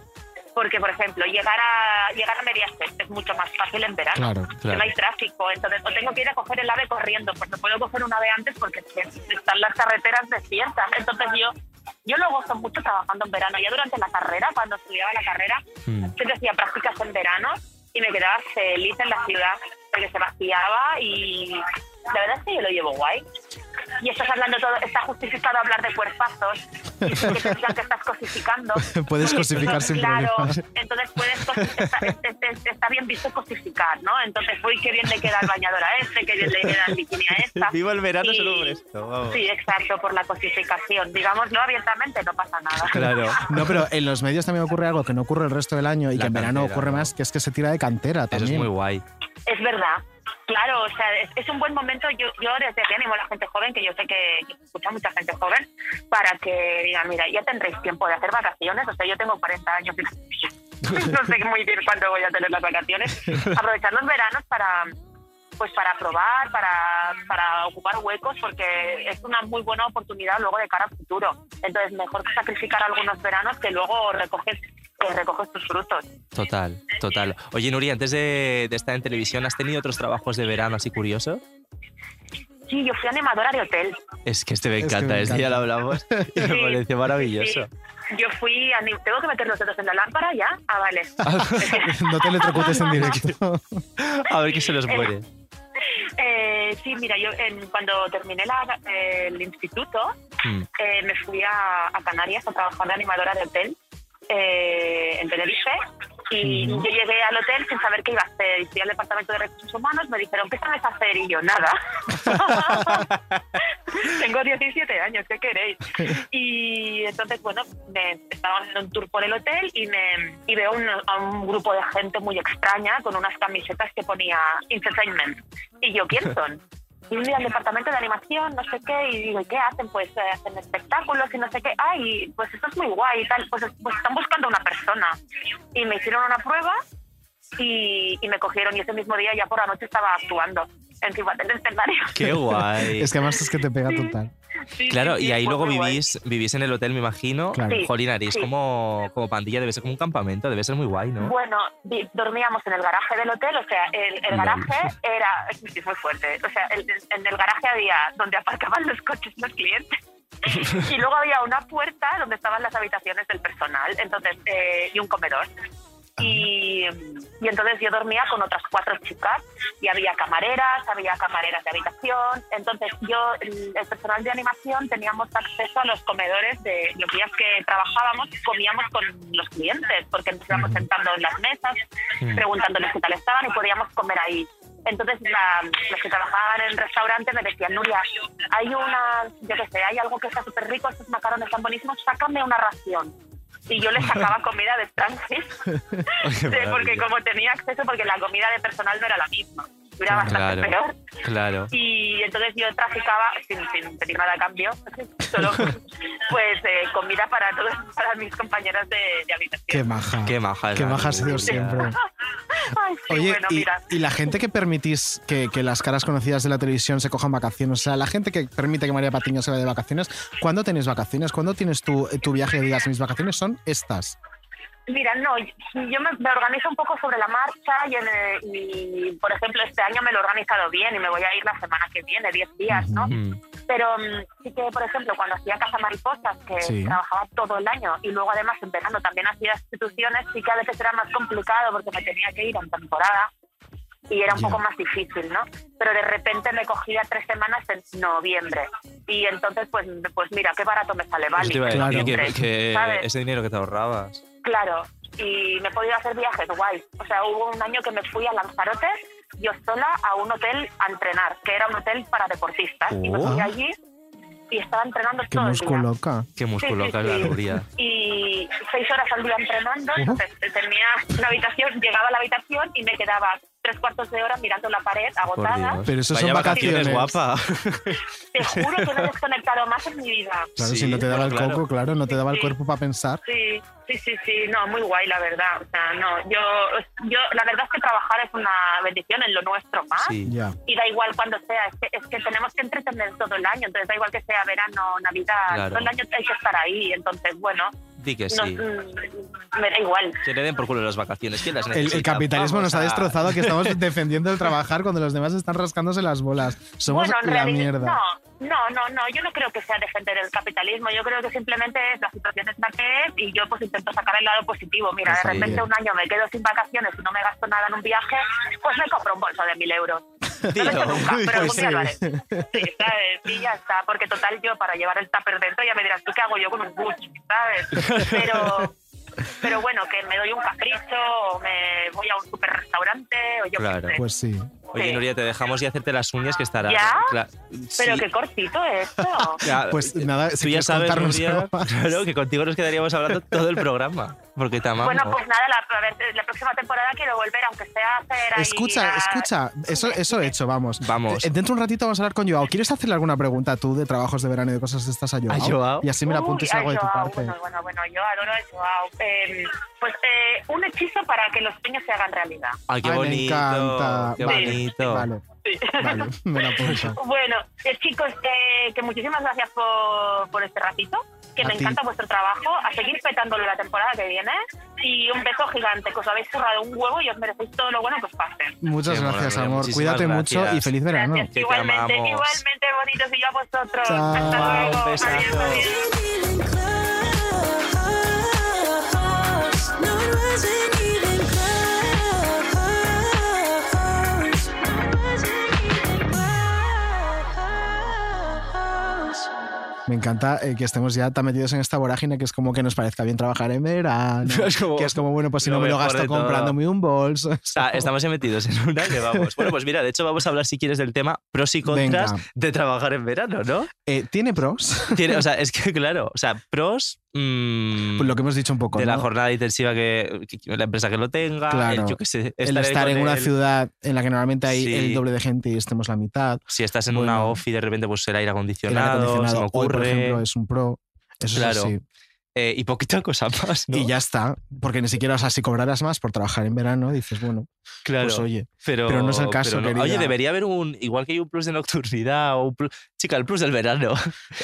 [SPEAKER 8] Porque, por ejemplo, llegar a, llegar a Mediaset es mucho más fácil en
[SPEAKER 4] Hmm.
[SPEAKER 8] verano.
[SPEAKER 5] Claro,
[SPEAKER 8] porque
[SPEAKER 4] claro.
[SPEAKER 8] No hay tráfico, entonces o tengo que ir a coger el ave corriendo, pues no puedo coger un ave antes porque es que están las carreteras desiertas. Entonces yo, yo lo gozo mucho trabajando en verano. Ya durante la carrera, cuando estudiaba la carrera,
[SPEAKER 4] Mm.
[SPEAKER 8] yo que hacía prácticas en verano y me quedaba feliz en la ciudad porque se vaciaba y la verdad es que yo lo llevo guay. Y estás hablando todo, está justificado hablar de cuerpazos y que te digan que estás cosificando.
[SPEAKER 5] Puedes cosificar sin
[SPEAKER 8] Claro,
[SPEAKER 5] problemas.
[SPEAKER 8] entonces puedes cosi- está, es- es- está bien visto cosificar, ¿no? Entonces, uy, qué bien le queda el bañador a este, qué bien le queda el bikini a esta.
[SPEAKER 1] Viva el verano
[SPEAKER 8] Y-
[SPEAKER 1] solo por esto. vamos.
[SPEAKER 8] Sí, exacto, por la cosificación. Digámoslo abiertamente, no pasa nada.
[SPEAKER 1] Claro.
[SPEAKER 5] No, pero en los medios también ocurre algo que no ocurre el resto del año y
[SPEAKER 4] La
[SPEAKER 5] que en verano
[SPEAKER 4] cantera,
[SPEAKER 5] ocurre
[SPEAKER 4] ¿no?
[SPEAKER 5] más, que es que se tira de cantera
[SPEAKER 4] Eso
[SPEAKER 5] también.
[SPEAKER 4] es muy guay.
[SPEAKER 8] Es verdad. Claro, o sea, es, es un buen momento. Yo, yo desde aquí animo a la gente joven, que yo sé que, que escucha mucha gente joven, para que digan, mira, ya tendréis tiempo de hacer vacaciones. O sea, yo tengo 40 años y no sé muy bien cuándo voy a tener las vacaciones. Aprovechar los veranos para pues para probar, para, para ocupar huecos, porque es una muy buena oportunidad luego de cara al futuro. Entonces, mejor sacrificar algunos veranos que luego recoges, que recoges tus frutos.
[SPEAKER 4] Total, total. Oye, Nuria, antes de, de estar en televisión, ¿has tenido otros trabajos de verano así curiosos?
[SPEAKER 8] Sí, yo fui animadora de hotel.
[SPEAKER 4] Es que este me
[SPEAKER 5] Es que me
[SPEAKER 4] encanta, este
[SPEAKER 5] encanta.
[SPEAKER 4] ya lo hablamos y me
[SPEAKER 8] Sí,
[SPEAKER 4] parece maravilloso.
[SPEAKER 8] Sí. Yo fui a... ¿Tengo que meter los dedos en la lámpara ya? Ah, vale.
[SPEAKER 5] no te electrocutes en directo.
[SPEAKER 4] A ver qué se los muere.
[SPEAKER 8] Eh, sí, mira, yo en- cuando terminé la- eh, el instituto
[SPEAKER 4] Mm.
[SPEAKER 8] eh, me fui a, a Canarias a trabajar de animadora de hotel eh, en Tenerife y yo llegué al hotel sin saber qué iba a hacer. Y fui al departamento de recursos humanos, me dijeron, ¿qué sabes hacer? Y yo, nada. Tengo 17 años, ¿qué queréis? Y entonces, bueno, me estaban haciendo un tour por el hotel y, me, y veo un- a un grupo de gente muy extraña con unas camisetas que ponía entertainment. Y yo, ¿quién son? Y un día al departamento de animación, no sé qué, y digo, ¿y ¿qué hacen? Pues eh, hacen espectáculos y no sé qué. Ay, pues esto es muy guay y tal. Pues, pues están buscando una persona. Y me hicieron una prueba y, y me cogieron. Y ese mismo día ya por la noche estaba actuando encima del escenario.
[SPEAKER 4] Qué guay.
[SPEAKER 5] es que además es que te pega total.
[SPEAKER 8] Sí,
[SPEAKER 4] Claro,
[SPEAKER 8] sí, sí,
[SPEAKER 4] y ahí
[SPEAKER 8] fue
[SPEAKER 4] luego
[SPEAKER 8] Pues muy guay.
[SPEAKER 4] vivís, vivís en el hotel, me imagino.
[SPEAKER 5] Claro.
[SPEAKER 8] Sí,
[SPEAKER 4] Jolín, haréis
[SPEAKER 8] sí.
[SPEAKER 4] como, como pandilla, debe ser como un campamento, debe ser muy guay, ¿no?
[SPEAKER 8] Bueno, vi- dormíamos en el garaje del hotel, o sea, el,
[SPEAKER 4] Vale.
[SPEAKER 8] el garaje era, es sí, muy fuerte, o sea, el- en el garaje había donde aparcaban los coches los clientes y luego había una puerta donde estaban las habitaciones del personal, entonces, eh, y un comedor.
[SPEAKER 4] Ah,
[SPEAKER 8] Y, y entonces yo dormía con otras cuatro chicas y había camareras, había camareras de habitación. Entonces yo, el el personal de animación, teníamos acceso a los comedores de los días que trabajábamos, comíamos con los clientes porque nos íbamos sentando en las mesas, preguntándoles qué tal estaban y podíamos comer ahí. Entonces la- los que trabajaban en restaurantes me decían, Nuria, hay una, yo qué sé, hay algo que está súper rico, estos macarrones están buenísimos, sácame una ración. Y yo les sacaba comida de Francis.
[SPEAKER 4] Qué
[SPEAKER 8] Sí, porque
[SPEAKER 4] maravilla.
[SPEAKER 8] como tenía acceso, porque la comida de personal no era la misma, era bastante
[SPEAKER 4] Claro,
[SPEAKER 8] peor.
[SPEAKER 4] claro.
[SPEAKER 8] Y entonces yo traficaba, sin, sin pedir nada a cambio, solo pues eh, comida para todos, para mis compañeras de, de
[SPEAKER 5] Qué
[SPEAKER 8] habitación.
[SPEAKER 5] maja.
[SPEAKER 4] Qué maja. es
[SPEAKER 5] Qué
[SPEAKER 4] la
[SPEAKER 5] maja has sido
[SPEAKER 4] Nuria.
[SPEAKER 5] siempre.
[SPEAKER 8] Ay, sí,
[SPEAKER 5] Oye,
[SPEAKER 8] bueno,
[SPEAKER 5] y-
[SPEAKER 8] mira.
[SPEAKER 5] y, la gente que permitís que, que las caras conocidas de la televisión se cojan vacaciones, o sea, la gente que permite que María Patiño se vaya de vacaciones, ¿cuándo tenéis vacaciones? ¿Cuándo tienes tu, tu viaje y digas, mis vacaciones son estas?
[SPEAKER 8] Mira, no, yo me, me organizo un poco sobre la marcha y, en, eh, y, por ejemplo, este año me lo he organizado bien y me voy a ir la semana que viene, 10 días, ¿no?
[SPEAKER 4] Mm.
[SPEAKER 8] Pero mm, sí que, por ejemplo, cuando hacía Casa Mariposas, que
[SPEAKER 5] Sí.
[SPEAKER 8] trabajaba todo el año y luego además en verano también hacía instituciones, sí que a veces era más complicado porque me tenía que ir en temporada y era un
[SPEAKER 5] Ya.
[SPEAKER 8] poco más difícil, ¿no? Pero de repente me cogía tres semanas en noviembre y entonces, pues, pues mira, qué barato me sale,
[SPEAKER 4] Eso
[SPEAKER 8] vale.
[SPEAKER 4] te iba a decir,
[SPEAKER 5] Claro.
[SPEAKER 4] que- que
[SPEAKER 8] ¿Sabes?
[SPEAKER 4] ese dinero que te ahorrabas.
[SPEAKER 8] Claro, y me he podido hacer viajes guay. O sea, hubo un año que me fui a Lanzarote yo sola a un hotel a entrenar, que era un hotel para deportistas. Y me
[SPEAKER 4] Oh.
[SPEAKER 8] fui allí y estaba entrenando
[SPEAKER 5] Qué
[SPEAKER 8] todo el día.
[SPEAKER 5] músculo loca.
[SPEAKER 4] Qué
[SPEAKER 8] Sí,
[SPEAKER 4] músculo,
[SPEAKER 8] sí,
[SPEAKER 4] loca es la
[SPEAKER 8] sí.
[SPEAKER 4] rubia.
[SPEAKER 8] Y seis horas al día entrenando, entonces tenía una habitación, llegaba a la habitación y me quedaba tres cuartos de hora mirando la pared,
[SPEAKER 4] Por
[SPEAKER 8] agotada.
[SPEAKER 4] Dios.
[SPEAKER 5] Pero eso son
[SPEAKER 4] Vaya vacaciones,
[SPEAKER 5] vacaciones.
[SPEAKER 4] guapa.
[SPEAKER 8] Te juro que no he desconectado más en mi vida.
[SPEAKER 5] Claro,
[SPEAKER 4] Sí,
[SPEAKER 5] si no te daba
[SPEAKER 4] bueno,
[SPEAKER 5] el
[SPEAKER 4] claro.
[SPEAKER 5] coco, claro, no te daba el
[SPEAKER 8] Sí.
[SPEAKER 5] cuerpo para pensar.
[SPEAKER 8] Sí, sí, sí, sí, no, muy guay la verdad. O sea, no, yo, yo, la verdad es que trabajar es una bendición en lo nuestro más.
[SPEAKER 4] Sí.
[SPEAKER 5] Ya.
[SPEAKER 8] Y da igual cuando sea, es que, es que tenemos que entretener todo el año, entonces da igual que sea verano, navidad,
[SPEAKER 4] Claro.
[SPEAKER 8] todo el año hay que estar ahí, entonces bueno,
[SPEAKER 4] Di que
[SPEAKER 8] no,
[SPEAKER 4] sí.
[SPEAKER 8] mm, me da igual.
[SPEAKER 4] Que le den por culo las vacaciones. ¿Quién las
[SPEAKER 5] El,
[SPEAKER 4] necesita?
[SPEAKER 5] el capitalismo
[SPEAKER 4] Vamos
[SPEAKER 5] nos ha
[SPEAKER 4] a-
[SPEAKER 5] destrozado que estamos defendiendo el trabajar cuando los demás están rascándose las bolas. Somos
[SPEAKER 8] bueno, en
[SPEAKER 5] la
[SPEAKER 8] realidad-
[SPEAKER 5] mierda.
[SPEAKER 8] No, no, no, no, yo no creo que sea defender el capitalismo, yo creo que simplemente es la situación es la que es y yo pues intento sacar el lado positivo. Mira,
[SPEAKER 5] Pues
[SPEAKER 4] Está
[SPEAKER 8] de repente
[SPEAKER 4] bien.
[SPEAKER 8] un año me quedo sin vacaciones y no me gasto nada en un viaje, pues me compro un bolso de mil euros. No lo he hecho
[SPEAKER 4] Tío.
[SPEAKER 8] nunca, pero algún
[SPEAKER 5] Pues
[SPEAKER 8] día lo haré.
[SPEAKER 5] sí.
[SPEAKER 8] Sí, ¿sabes? Y ya está, porque total yo para llevar el tupper dentro ya me dirás tú qué hago yo con un Gucci, ¿sabes? Pero... Pero bueno, que me doy un capricho, o me voy a un super restaurante, o yo qué
[SPEAKER 4] Claro.
[SPEAKER 8] sé.
[SPEAKER 5] Pues sí.
[SPEAKER 4] Oye,
[SPEAKER 8] Sí.
[SPEAKER 4] Nuria, te dejamos y hacerte las uñas que estará.
[SPEAKER 8] ¿Ya?
[SPEAKER 4] Cla-
[SPEAKER 8] Pero
[SPEAKER 4] sí.
[SPEAKER 8] qué cortito esto.
[SPEAKER 4] Ya,
[SPEAKER 5] Pues
[SPEAKER 4] eh,
[SPEAKER 5] nada, si
[SPEAKER 4] tú ya
[SPEAKER 5] quieres
[SPEAKER 4] sabes,
[SPEAKER 5] contarnos
[SPEAKER 4] Nuria,
[SPEAKER 5] algo más.
[SPEAKER 4] claro, que contigo nos quedaríamos hablando todo el programa, porque te amamos.
[SPEAKER 8] Bueno, pues nada, la, a ver, la próxima temporada quiero volver, aunque sea a hacer ahí
[SPEAKER 5] Escucha,
[SPEAKER 8] a-
[SPEAKER 5] escucha. Eso, eso hecho, vamos.
[SPEAKER 4] Vamos.
[SPEAKER 5] Eh, Dentro de un ratito vamos a hablar con Joao. ¿Quieres hacerle alguna pregunta tú de trabajos de verano y de cosas de estas a Joao?
[SPEAKER 4] ¿A Joao?
[SPEAKER 5] Y así me la apunto y
[SPEAKER 8] Uy, ay,
[SPEAKER 5] salgo de tu
[SPEAKER 8] Joao,
[SPEAKER 5] parte.
[SPEAKER 8] Bueno, bueno, bueno, yo adoro a Joao. Eh, pues eh, un hechizo para que los sueños se hagan realidad.
[SPEAKER 4] Ay, qué
[SPEAKER 5] Ay, Ah, me
[SPEAKER 4] bonito.
[SPEAKER 5] encanta.
[SPEAKER 4] Qué
[SPEAKER 8] Vale.
[SPEAKER 4] bonito.
[SPEAKER 5] Vale,
[SPEAKER 8] Sí.
[SPEAKER 5] vale, me la apunto.
[SPEAKER 8] Bueno, eh, chicos, eh, que muchísimas gracias por, por este ratito, que
[SPEAKER 5] A
[SPEAKER 8] me
[SPEAKER 5] ti.
[SPEAKER 8] encanta vuestro trabajo, a seguir petándolo la temporada que viene y un beso gigante, que os habéis cerrado un huevo y os merecéis todo lo bueno que os pase.
[SPEAKER 5] Muchas
[SPEAKER 4] Qué mono,
[SPEAKER 5] gracias,
[SPEAKER 4] Nuria,
[SPEAKER 5] amor.
[SPEAKER 4] muchísimas
[SPEAKER 5] Cuídate mucho
[SPEAKER 4] gracias.
[SPEAKER 5] y feliz verano.
[SPEAKER 8] Gracias,
[SPEAKER 4] que te
[SPEAKER 8] igualmente,
[SPEAKER 4] amamos.
[SPEAKER 8] igualmente bonitos y yo a vosotros.
[SPEAKER 5] Chao.
[SPEAKER 8] Hasta luego.
[SPEAKER 4] Un besazo.
[SPEAKER 8] Adiós, adiós.
[SPEAKER 7] Even close. No, it wasn't even close. No, it wasn't even close.
[SPEAKER 5] Me encanta eh, que estemos ya tan metidos en esta vorágine que es como que nos parezca bien trabajar en verano.
[SPEAKER 4] Es como
[SPEAKER 5] que es como, bueno, pues si
[SPEAKER 4] lo
[SPEAKER 5] no me lo
[SPEAKER 4] mejor
[SPEAKER 5] gasto
[SPEAKER 4] de todo.
[SPEAKER 5] comprándome un bolso.
[SPEAKER 4] O sea, estamos ya metidos en una que vamos. Bueno, pues mira, de hecho vamos a hablar si quieres del tema pros y contras
[SPEAKER 5] Venga.
[SPEAKER 4] de trabajar en verano, ¿no?
[SPEAKER 5] Eh, Tiene pros,
[SPEAKER 4] Tiene- o sea, es que claro, o sea, pros mm,
[SPEAKER 5] pues lo que hemos dicho un poco.
[SPEAKER 4] de la
[SPEAKER 5] ¿no?
[SPEAKER 4] jornada intensiva que, que la empresa que lo tenga, el-
[SPEAKER 5] Claro.
[SPEAKER 4] yo qué sé,
[SPEAKER 5] El estar
[SPEAKER 4] con
[SPEAKER 5] en una
[SPEAKER 4] él.
[SPEAKER 5] ciudad en la que normalmente hay
[SPEAKER 4] Sí.
[SPEAKER 5] el doble de gente y estemos la mitad.
[SPEAKER 4] Si estás en una
[SPEAKER 5] Bueno.
[SPEAKER 4] ofi de repente pues el
[SPEAKER 5] El
[SPEAKER 4] aire acondicionado,
[SPEAKER 5] aire
[SPEAKER 4] se me
[SPEAKER 5] acondicionado, hoy,
[SPEAKER 4] ocurre
[SPEAKER 5] por ejemplo, es un pro. Eso
[SPEAKER 4] Claro.
[SPEAKER 5] es así.
[SPEAKER 4] eh, y poquita cosa más, ¿no?
[SPEAKER 5] Y ya está. Porque ni siquiera, o sea, si cobraras más por trabajar en verano, dices, bueno,
[SPEAKER 4] claro.
[SPEAKER 5] pues oye.
[SPEAKER 4] Pero,
[SPEAKER 5] Pero no es el caso,
[SPEAKER 4] pero
[SPEAKER 5] querida.
[SPEAKER 4] Oye, debería haber un. Igual que hay un plus de nocturnidad o un plus. Chica, el plus del verano.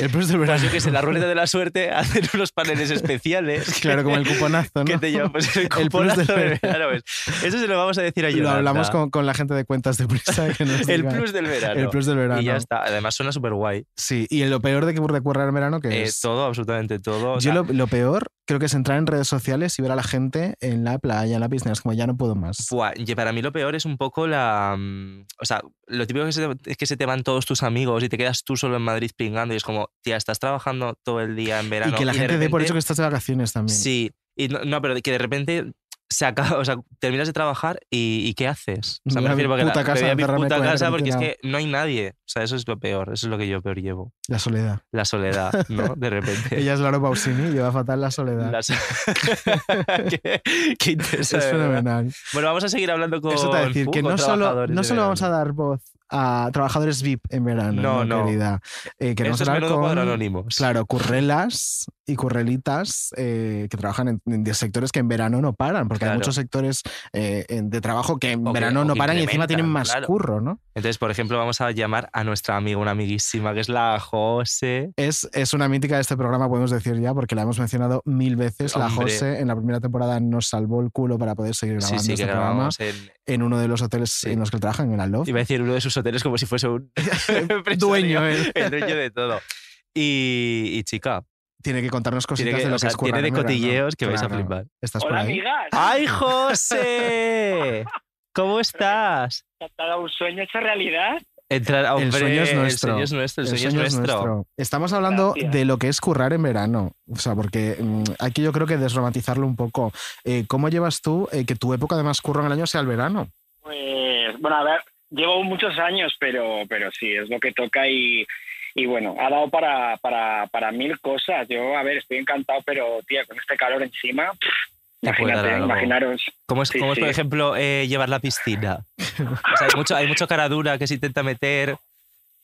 [SPEAKER 5] El plus del
[SPEAKER 4] Pues
[SPEAKER 5] verano.
[SPEAKER 4] yo que sé, la ruleta de la suerte, hacer unos paneles especiales. que-
[SPEAKER 5] Claro, como el cuponazo, ¿no?
[SPEAKER 4] Que te llevan pues, el
[SPEAKER 5] El plus del
[SPEAKER 4] cuponazo de
[SPEAKER 5] verano.
[SPEAKER 4] verano. ¿ves? Eso se lo vamos a decir a
[SPEAKER 5] Lo
[SPEAKER 4] Yolanda.
[SPEAKER 5] hablamos con, con la gente de cuentas de prisa. Que nos
[SPEAKER 4] El
[SPEAKER 5] diga.
[SPEAKER 4] plus del verano.
[SPEAKER 5] El plus del verano.
[SPEAKER 4] Y ya está. Además suena súper guay.
[SPEAKER 5] Sí, y lo peor de que ocurra en verano, que es.
[SPEAKER 4] todo, absolutamente todo. o
[SPEAKER 5] Yo
[SPEAKER 4] sea,
[SPEAKER 5] lo, lo peor creo que es entrar en redes sociales y ver a la gente en la playa, en la piscina. Es como ya no puedo más.
[SPEAKER 4] Buah, y para mí lo peor es un poco la... mm, O sea, lo típico que se te- es que se te van todos tus amigos y te quedas tú solo en Madrid pingando y es como, tía, estás trabajando todo el día en verano.
[SPEAKER 5] y que la
[SPEAKER 4] de
[SPEAKER 5] gente dé por
[SPEAKER 4] repente-
[SPEAKER 5] hecho que estás de vacaciones también.
[SPEAKER 4] Sí, y no, no, pero de que de repente se acaba, o sea, terminas de trabajar y, ¿y ¿qué haces? O sea,
[SPEAKER 5] Voy a
[SPEAKER 4] me
[SPEAKER 5] mi
[SPEAKER 4] refiero porque la-
[SPEAKER 5] puta
[SPEAKER 4] me
[SPEAKER 5] casa
[SPEAKER 4] voy a
[SPEAKER 5] a
[SPEAKER 4] mi
[SPEAKER 5] encerrarme
[SPEAKER 4] puta
[SPEAKER 5] con el aire
[SPEAKER 4] casa porque es que
[SPEAKER 5] acondicionado.
[SPEAKER 4] no hay nadie. O sea, eso es lo peor, eso es lo que yo peor llevo.
[SPEAKER 5] La soledad.
[SPEAKER 4] La soledad, ¿no? De repente.
[SPEAKER 5] Ella es Laura Pausini y lleva fatal la soledad.
[SPEAKER 4] Eh. La so- qué, qué intensa,
[SPEAKER 5] es
[SPEAKER 4] de verdad.
[SPEAKER 5] fenomenal.
[SPEAKER 4] Bueno, vamos a seguir hablando con
[SPEAKER 5] Eso te va a decir que
[SPEAKER 4] con
[SPEAKER 5] no solo,
[SPEAKER 4] trabajadores
[SPEAKER 5] no
[SPEAKER 4] de
[SPEAKER 5] solo vamos a
[SPEAKER 4] verano.
[SPEAKER 5] dar voz a trabajadores VIP en verano,
[SPEAKER 4] No,
[SPEAKER 5] no,
[SPEAKER 4] no.
[SPEAKER 5] querida. Eh, queremos
[SPEAKER 4] Esto es
[SPEAKER 5] hablar
[SPEAKER 4] menudo
[SPEAKER 5] con,
[SPEAKER 4] cuadro anónimos.
[SPEAKER 5] Claro, currelas y currelitas eh, que trabajan en, en de sectores que en verano no paran, porque
[SPEAKER 4] Claro.
[SPEAKER 5] hay muchos sectores eh, en- de trabajo que en
[SPEAKER 4] O que- o
[SPEAKER 5] verano no
[SPEAKER 4] que
[SPEAKER 5] paran y encima tienen
[SPEAKER 4] implementan,
[SPEAKER 5] más
[SPEAKER 4] claro.
[SPEAKER 5] curro, ¿no?
[SPEAKER 4] Entonces, por ejemplo, vamos a llamar a nuestra amiga, una amiguísima, que es la José.
[SPEAKER 5] Es, es una mítica de este programa, podemos decir ya, porque la hemos mencionado mil veces. La
[SPEAKER 4] Hombre.
[SPEAKER 5] Jose en la primera temporada nos salvó el culo para poder seguir
[SPEAKER 4] Sí,
[SPEAKER 5] grabando
[SPEAKER 4] sí,
[SPEAKER 5] este
[SPEAKER 4] que
[SPEAKER 5] programa
[SPEAKER 4] grabamos en...
[SPEAKER 5] en uno de los hoteles
[SPEAKER 4] Sí.
[SPEAKER 5] en los que él trabaja, en el Aloft.
[SPEAKER 4] Iba a decir uno de sus hoteles como si fuese un empresario,
[SPEAKER 5] Dueño él.
[SPEAKER 4] el dueño de todo. Y, y chica,
[SPEAKER 5] Tiene que contarnos cositas
[SPEAKER 4] tiene, que-
[SPEAKER 5] de lo
[SPEAKER 4] o sea,
[SPEAKER 5] que es currar
[SPEAKER 4] tiene de
[SPEAKER 5] en verano.
[SPEAKER 4] cotilleos que vais a
[SPEAKER 5] Claro.
[SPEAKER 4] flipar.
[SPEAKER 5] ¿Estás por
[SPEAKER 9] Hola,
[SPEAKER 5] ahí?
[SPEAKER 9] amigas.
[SPEAKER 4] ¡Ay, José! ¿Cómo estás?
[SPEAKER 9] ¿Tratada un sueño hecho realidad?
[SPEAKER 4] Entrar, hombre,
[SPEAKER 5] sueño es
[SPEAKER 4] El
[SPEAKER 5] nuestro.
[SPEAKER 4] sueño es nuestro. El,
[SPEAKER 5] El
[SPEAKER 4] sueño, es nuestro.
[SPEAKER 5] Estamos hablando
[SPEAKER 9] Gracias.
[SPEAKER 5] de lo que es currar en verano. O sea, porque mm, hay que yo creo que desromantizarlo un poco. Eh, ¿Cómo llevas tú eh, que tu época de más curro en el año sea el verano?
[SPEAKER 9] Pues, bueno, a ver, llevo muchos años, pero, pero sí, es lo que toca y, Y bueno, ha dado para, para, para mil cosas. Yo, a ver, estoy encantado, pero tía, con este calor encima, pff,
[SPEAKER 4] Te puede dar
[SPEAKER 9] imagínate,
[SPEAKER 4] algo.
[SPEAKER 9] imaginaros.
[SPEAKER 4] ¿Cómo es,
[SPEAKER 9] Sí,
[SPEAKER 4] cómo es,
[SPEAKER 9] sí.
[SPEAKER 4] por ejemplo, eh, llevar la piscina? O sea, hay mucho, hay mucho cara dura que se intenta meter,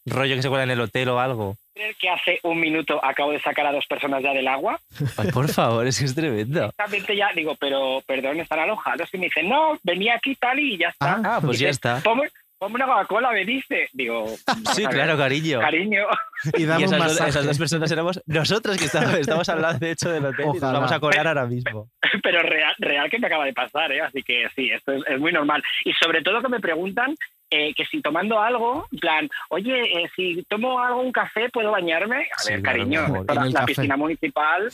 [SPEAKER 4] rollo que se cuela en el hotel o algo.
[SPEAKER 9] ¿Creer que hace un minuto acabo de sacar a dos personas ya del agua?
[SPEAKER 4] Ay, por favor, es que es tremendo.
[SPEAKER 9] Exactamente ya, digo, pero perdón, están alojados. Y me dicen, no, venía aquí tal y ya está.
[SPEAKER 4] Ah, pues ya
[SPEAKER 9] Dice,
[SPEAKER 4] está.
[SPEAKER 9] Ponme, ponme una Coca-Cola, me dice. Digo,
[SPEAKER 4] Sí,
[SPEAKER 9] a ver,
[SPEAKER 4] claro, cariño.
[SPEAKER 9] Cariño,
[SPEAKER 5] Y
[SPEAKER 4] Y
[SPEAKER 5] dame un
[SPEAKER 4] esas, dos-
[SPEAKER 5] masaje.
[SPEAKER 4] esas dos personas éramos nosotros que estamos, estamos al lado, de hecho, del hotel y nos
[SPEAKER 5] Ojalá.
[SPEAKER 4] vamos a colar ahora mismo.
[SPEAKER 9] pero real, real que me acaba de pasar, ¿eh? así que sí, esto es, es muy normal. Y sobre todo que me preguntan eh, que si tomando algo, en plan, oye, eh, si tomo algo, un café, ¿puedo bañarme? A
[SPEAKER 4] Sí,
[SPEAKER 9] ver,
[SPEAKER 4] claro,
[SPEAKER 9] cariño,
[SPEAKER 4] por favor.
[SPEAKER 9] esto
[SPEAKER 5] En
[SPEAKER 9] la,
[SPEAKER 5] el
[SPEAKER 9] la
[SPEAKER 5] café.
[SPEAKER 9] piscina municipal,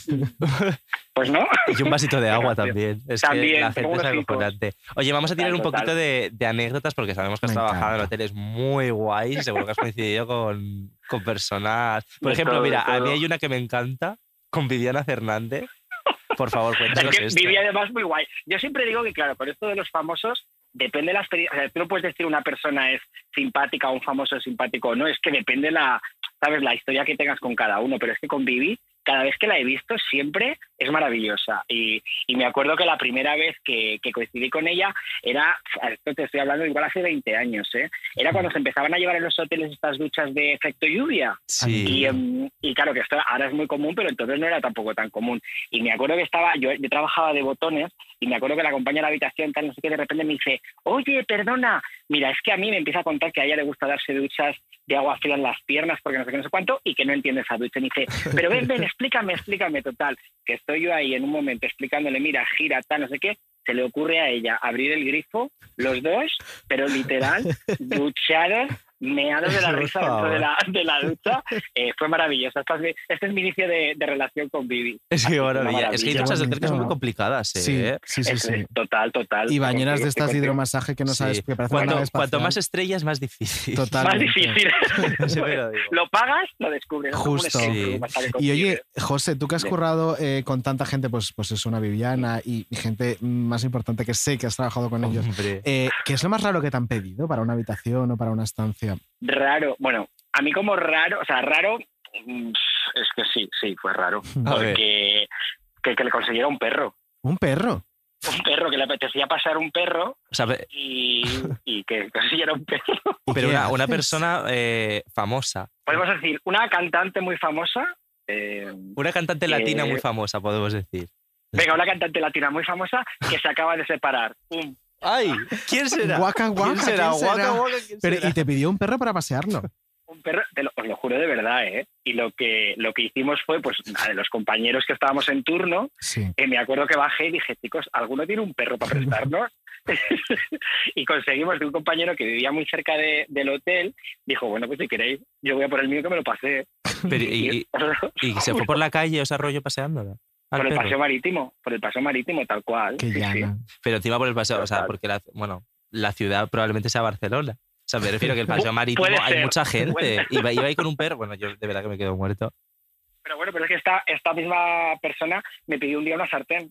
[SPEAKER 9] pues no.
[SPEAKER 4] Y un vasito de agua
[SPEAKER 9] Gracias.
[SPEAKER 4] también. Es que
[SPEAKER 9] También,
[SPEAKER 4] la gente
[SPEAKER 9] tengo
[SPEAKER 4] es
[SPEAKER 9] unos hijos.
[SPEAKER 4] acojonante. Oye, vamos a tirar un
[SPEAKER 9] Total,
[SPEAKER 4] poquito de, de anécdotas porque sabemos que has
[SPEAKER 5] Me
[SPEAKER 4] trabajado en
[SPEAKER 5] encanta.
[SPEAKER 4] hoteles muy guays. Seguro que has coincidido con, con personas. Por
[SPEAKER 9] De
[SPEAKER 4] ejemplo,
[SPEAKER 9] todo, de
[SPEAKER 4] mira, a mí
[SPEAKER 9] todo.
[SPEAKER 4] hay una que me encanta con Viviana Fernández. Por favor, cuéntanos
[SPEAKER 9] Es que este.
[SPEAKER 4] esto.
[SPEAKER 9] viví además muy guay. Yo siempre digo que, claro, con esto de los famosos, depende la experiencia. O sea, tú no puedes decir una persona es simpática o un famoso es simpático o no. Es que depende la, ¿sabes? La historia que tengas con cada uno. Pero es que con Vivi, cada vez que la he visto, siempre es maravillosa. Y, y me acuerdo que la primera vez que, que coincidí con ella era, a esto te estoy hablando igual hace 20 años, ¿eh? Era cuando se empezaban a llevar en los hoteles estas duchas de efecto lluvia. Y,
[SPEAKER 4] Sí.
[SPEAKER 9] em, y claro, que esto ahora es muy común, pero entonces no era tampoco tan común. Y me acuerdo que estaba, yo, yo trabajaba de botones y me acuerdo que la compañía de la habitación, tal, no sé qué, de repente me dice, oye, perdona, mira, es que a mí me empieza a contar que a ella le gusta darse duchas de agua fría en las piernas porque no sé qué, no sé cuánto, y que no entiende esa ducha. Y me dice, pero ven, ven, explícame, explícame, total, que estoy yo ahí en un momento explicándole, mira, gira, tal, no sé qué, se le ocurre a ella abrir el grifo, los dos, pero literal, duchados, meados de la
[SPEAKER 4] Por
[SPEAKER 9] risa dentro
[SPEAKER 4] favor.
[SPEAKER 9] de la, de la ducha. Eh, fue maravilloso. Esta es mi- Este es mi inicio de, de relación con Vivi.
[SPEAKER 4] Es que maravilla.
[SPEAKER 9] maravilla.
[SPEAKER 4] Es que hay duchas de hotel que son muy
[SPEAKER 5] Bonito.
[SPEAKER 4] complicadas, ¿eh?
[SPEAKER 5] Sí, sí, sí,
[SPEAKER 9] Es-
[SPEAKER 5] sí.
[SPEAKER 9] es Total, total.
[SPEAKER 5] Y bañeras de
[SPEAKER 9] Estoy
[SPEAKER 5] estas de
[SPEAKER 9] contigo.
[SPEAKER 5] hidromasaje que no
[SPEAKER 4] Sí.
[SPEAKER 5] sabes, que parece una
[SPEAKER 4] Cuanto,
[SPEAKER 5] nave
[SPEAKER 4] cuanto
[SPEAKER 5] espacial.
[SPEAKER 4] más estrellas, más difícil.
[SPEAKER 9] Más
[SPEAKER 5] Totalmente.
[SPEAKER 9] difícil.
[SPEAKER 4] Sí, pero digo.
[SPEAKER 9] Lo pagas, lo descubres. Es como un
[SPEAKER 5] Justo.
[SPEAKER 9] escape room,
[SPEAKER 4] Sí.
[SPEAKER 9] hasta que
[SPEAKER 5] Y
[SPEAKER 9] consigues.
[SPEAKER 5] oye, José, tú que has
[SPEAKER 9] Dime.
[SPEAKER 5] currado eh, con tanta gente, pues, pues es una Viviana y, y gente más importante que sé que has trabajado con ellos.
[SPEAKER 4] Hombre.
[SPEAKER 5] Eh, ¿Qué es lo más raro que te han pedido para una habitación o para una estancia?
[SPEAKER 9] Raro. Bueno, a mí como raro, o sea, raro, mm, es que sí, sí, fue raro.
[SPEAKER 4] A ver.
[SPEAKER 9] Porque que, que le consiguiera un perro.
[SPEAKER 5] Un perro.
[SPEAKER 9] Un perro, que le apetecía pasar un perro
[SPEAKER 4] O sea, pe-
[SPEAKER 9] y, y que consiguiera un perro.
[SPEAKER 4] pero
[SPEAKER 5] qué
[SPEAKER 4] una, una
[SPEAKER 5] haces?
[SPEAKER 4] persona eh, famosa.
[SPEAKER 9] Podemos decir, una cantante muy famosa. eh,
[SPEAKER 4] Una cantante
[SPEAKER 9] Eh,
[SPEAKER 4] latina muy famosa, podemos decir.
[SPEAKER 9] venga, una cantante latina muy famosa que se acaba de separar. ¡Pum!
[SPEAKER 4] ¡Ay! ¿Quién será?
[SPEAKER 5] Guaca, guaca.
[SPEAKER 4] ¿Quién será?
[SPEAKER 5] ¿quién será?
[SPEAKER 4] Guaca, guaca, ¿quién
[SPEAKER 5] Pero,
[SPEAKER 4] será?
[SPEAKER 5] y te pidió un perro para pasearlo.
[SPEAKER 9] un perro, te lo, os lo juro de verdad, ¿eh? Y lo que, lo que hicimos fue, pues, nada, de los compañeros que estábamos en turno,
[SPEAKER 5] Sí.
[SPEAKER 9] eh, me acuerdo que bajé y dije, chicos, ¿alguno tiene un perro para prestarnos? y conseguimos de un compañero que vivía muy cerca de- del hotel, dijo, bueno, pues si queréis, yo voy a por el mío que me lo pasé.
[SPEAKER 4] Pero, y,
[SPEAKER 9] os lo-
[SPEAKER 4] y- y se fue por la calle, o sea, rollo paseándola. al
[SPEAKER 9] por el
[SPEAKER 4] perro.
[SPEAKER 9] paseo marítimo, por el paseo marítimo, tal cual.
[SPEAKER 5] Qué
[SPEAKER 9] Sí, sí.
[SPEAKER 5] llana.
[SPEAKER 4] Pero encima por el paseo, o sea,
[SPEAKER 9] Total.
[SPEAKER 4] porque la, bueno, la ciudad probablemente sea Barcelona. O sea, me refiero que el paseo marítimo
[SPEAKER 9] puede
[SPEAKER 4] hay
[SPEAKER 9] ser,
[SPEAKER 4] mucha
[SPEAKER 9] puede
[SPEAKER 4] gente. Iba, iba ahí con un perro. Bueno, yo de verdad que me quedo muerto.
[SPEAKER 9] Pero bueno, pero es que esta, esta misma persona me pidió un día una sartén.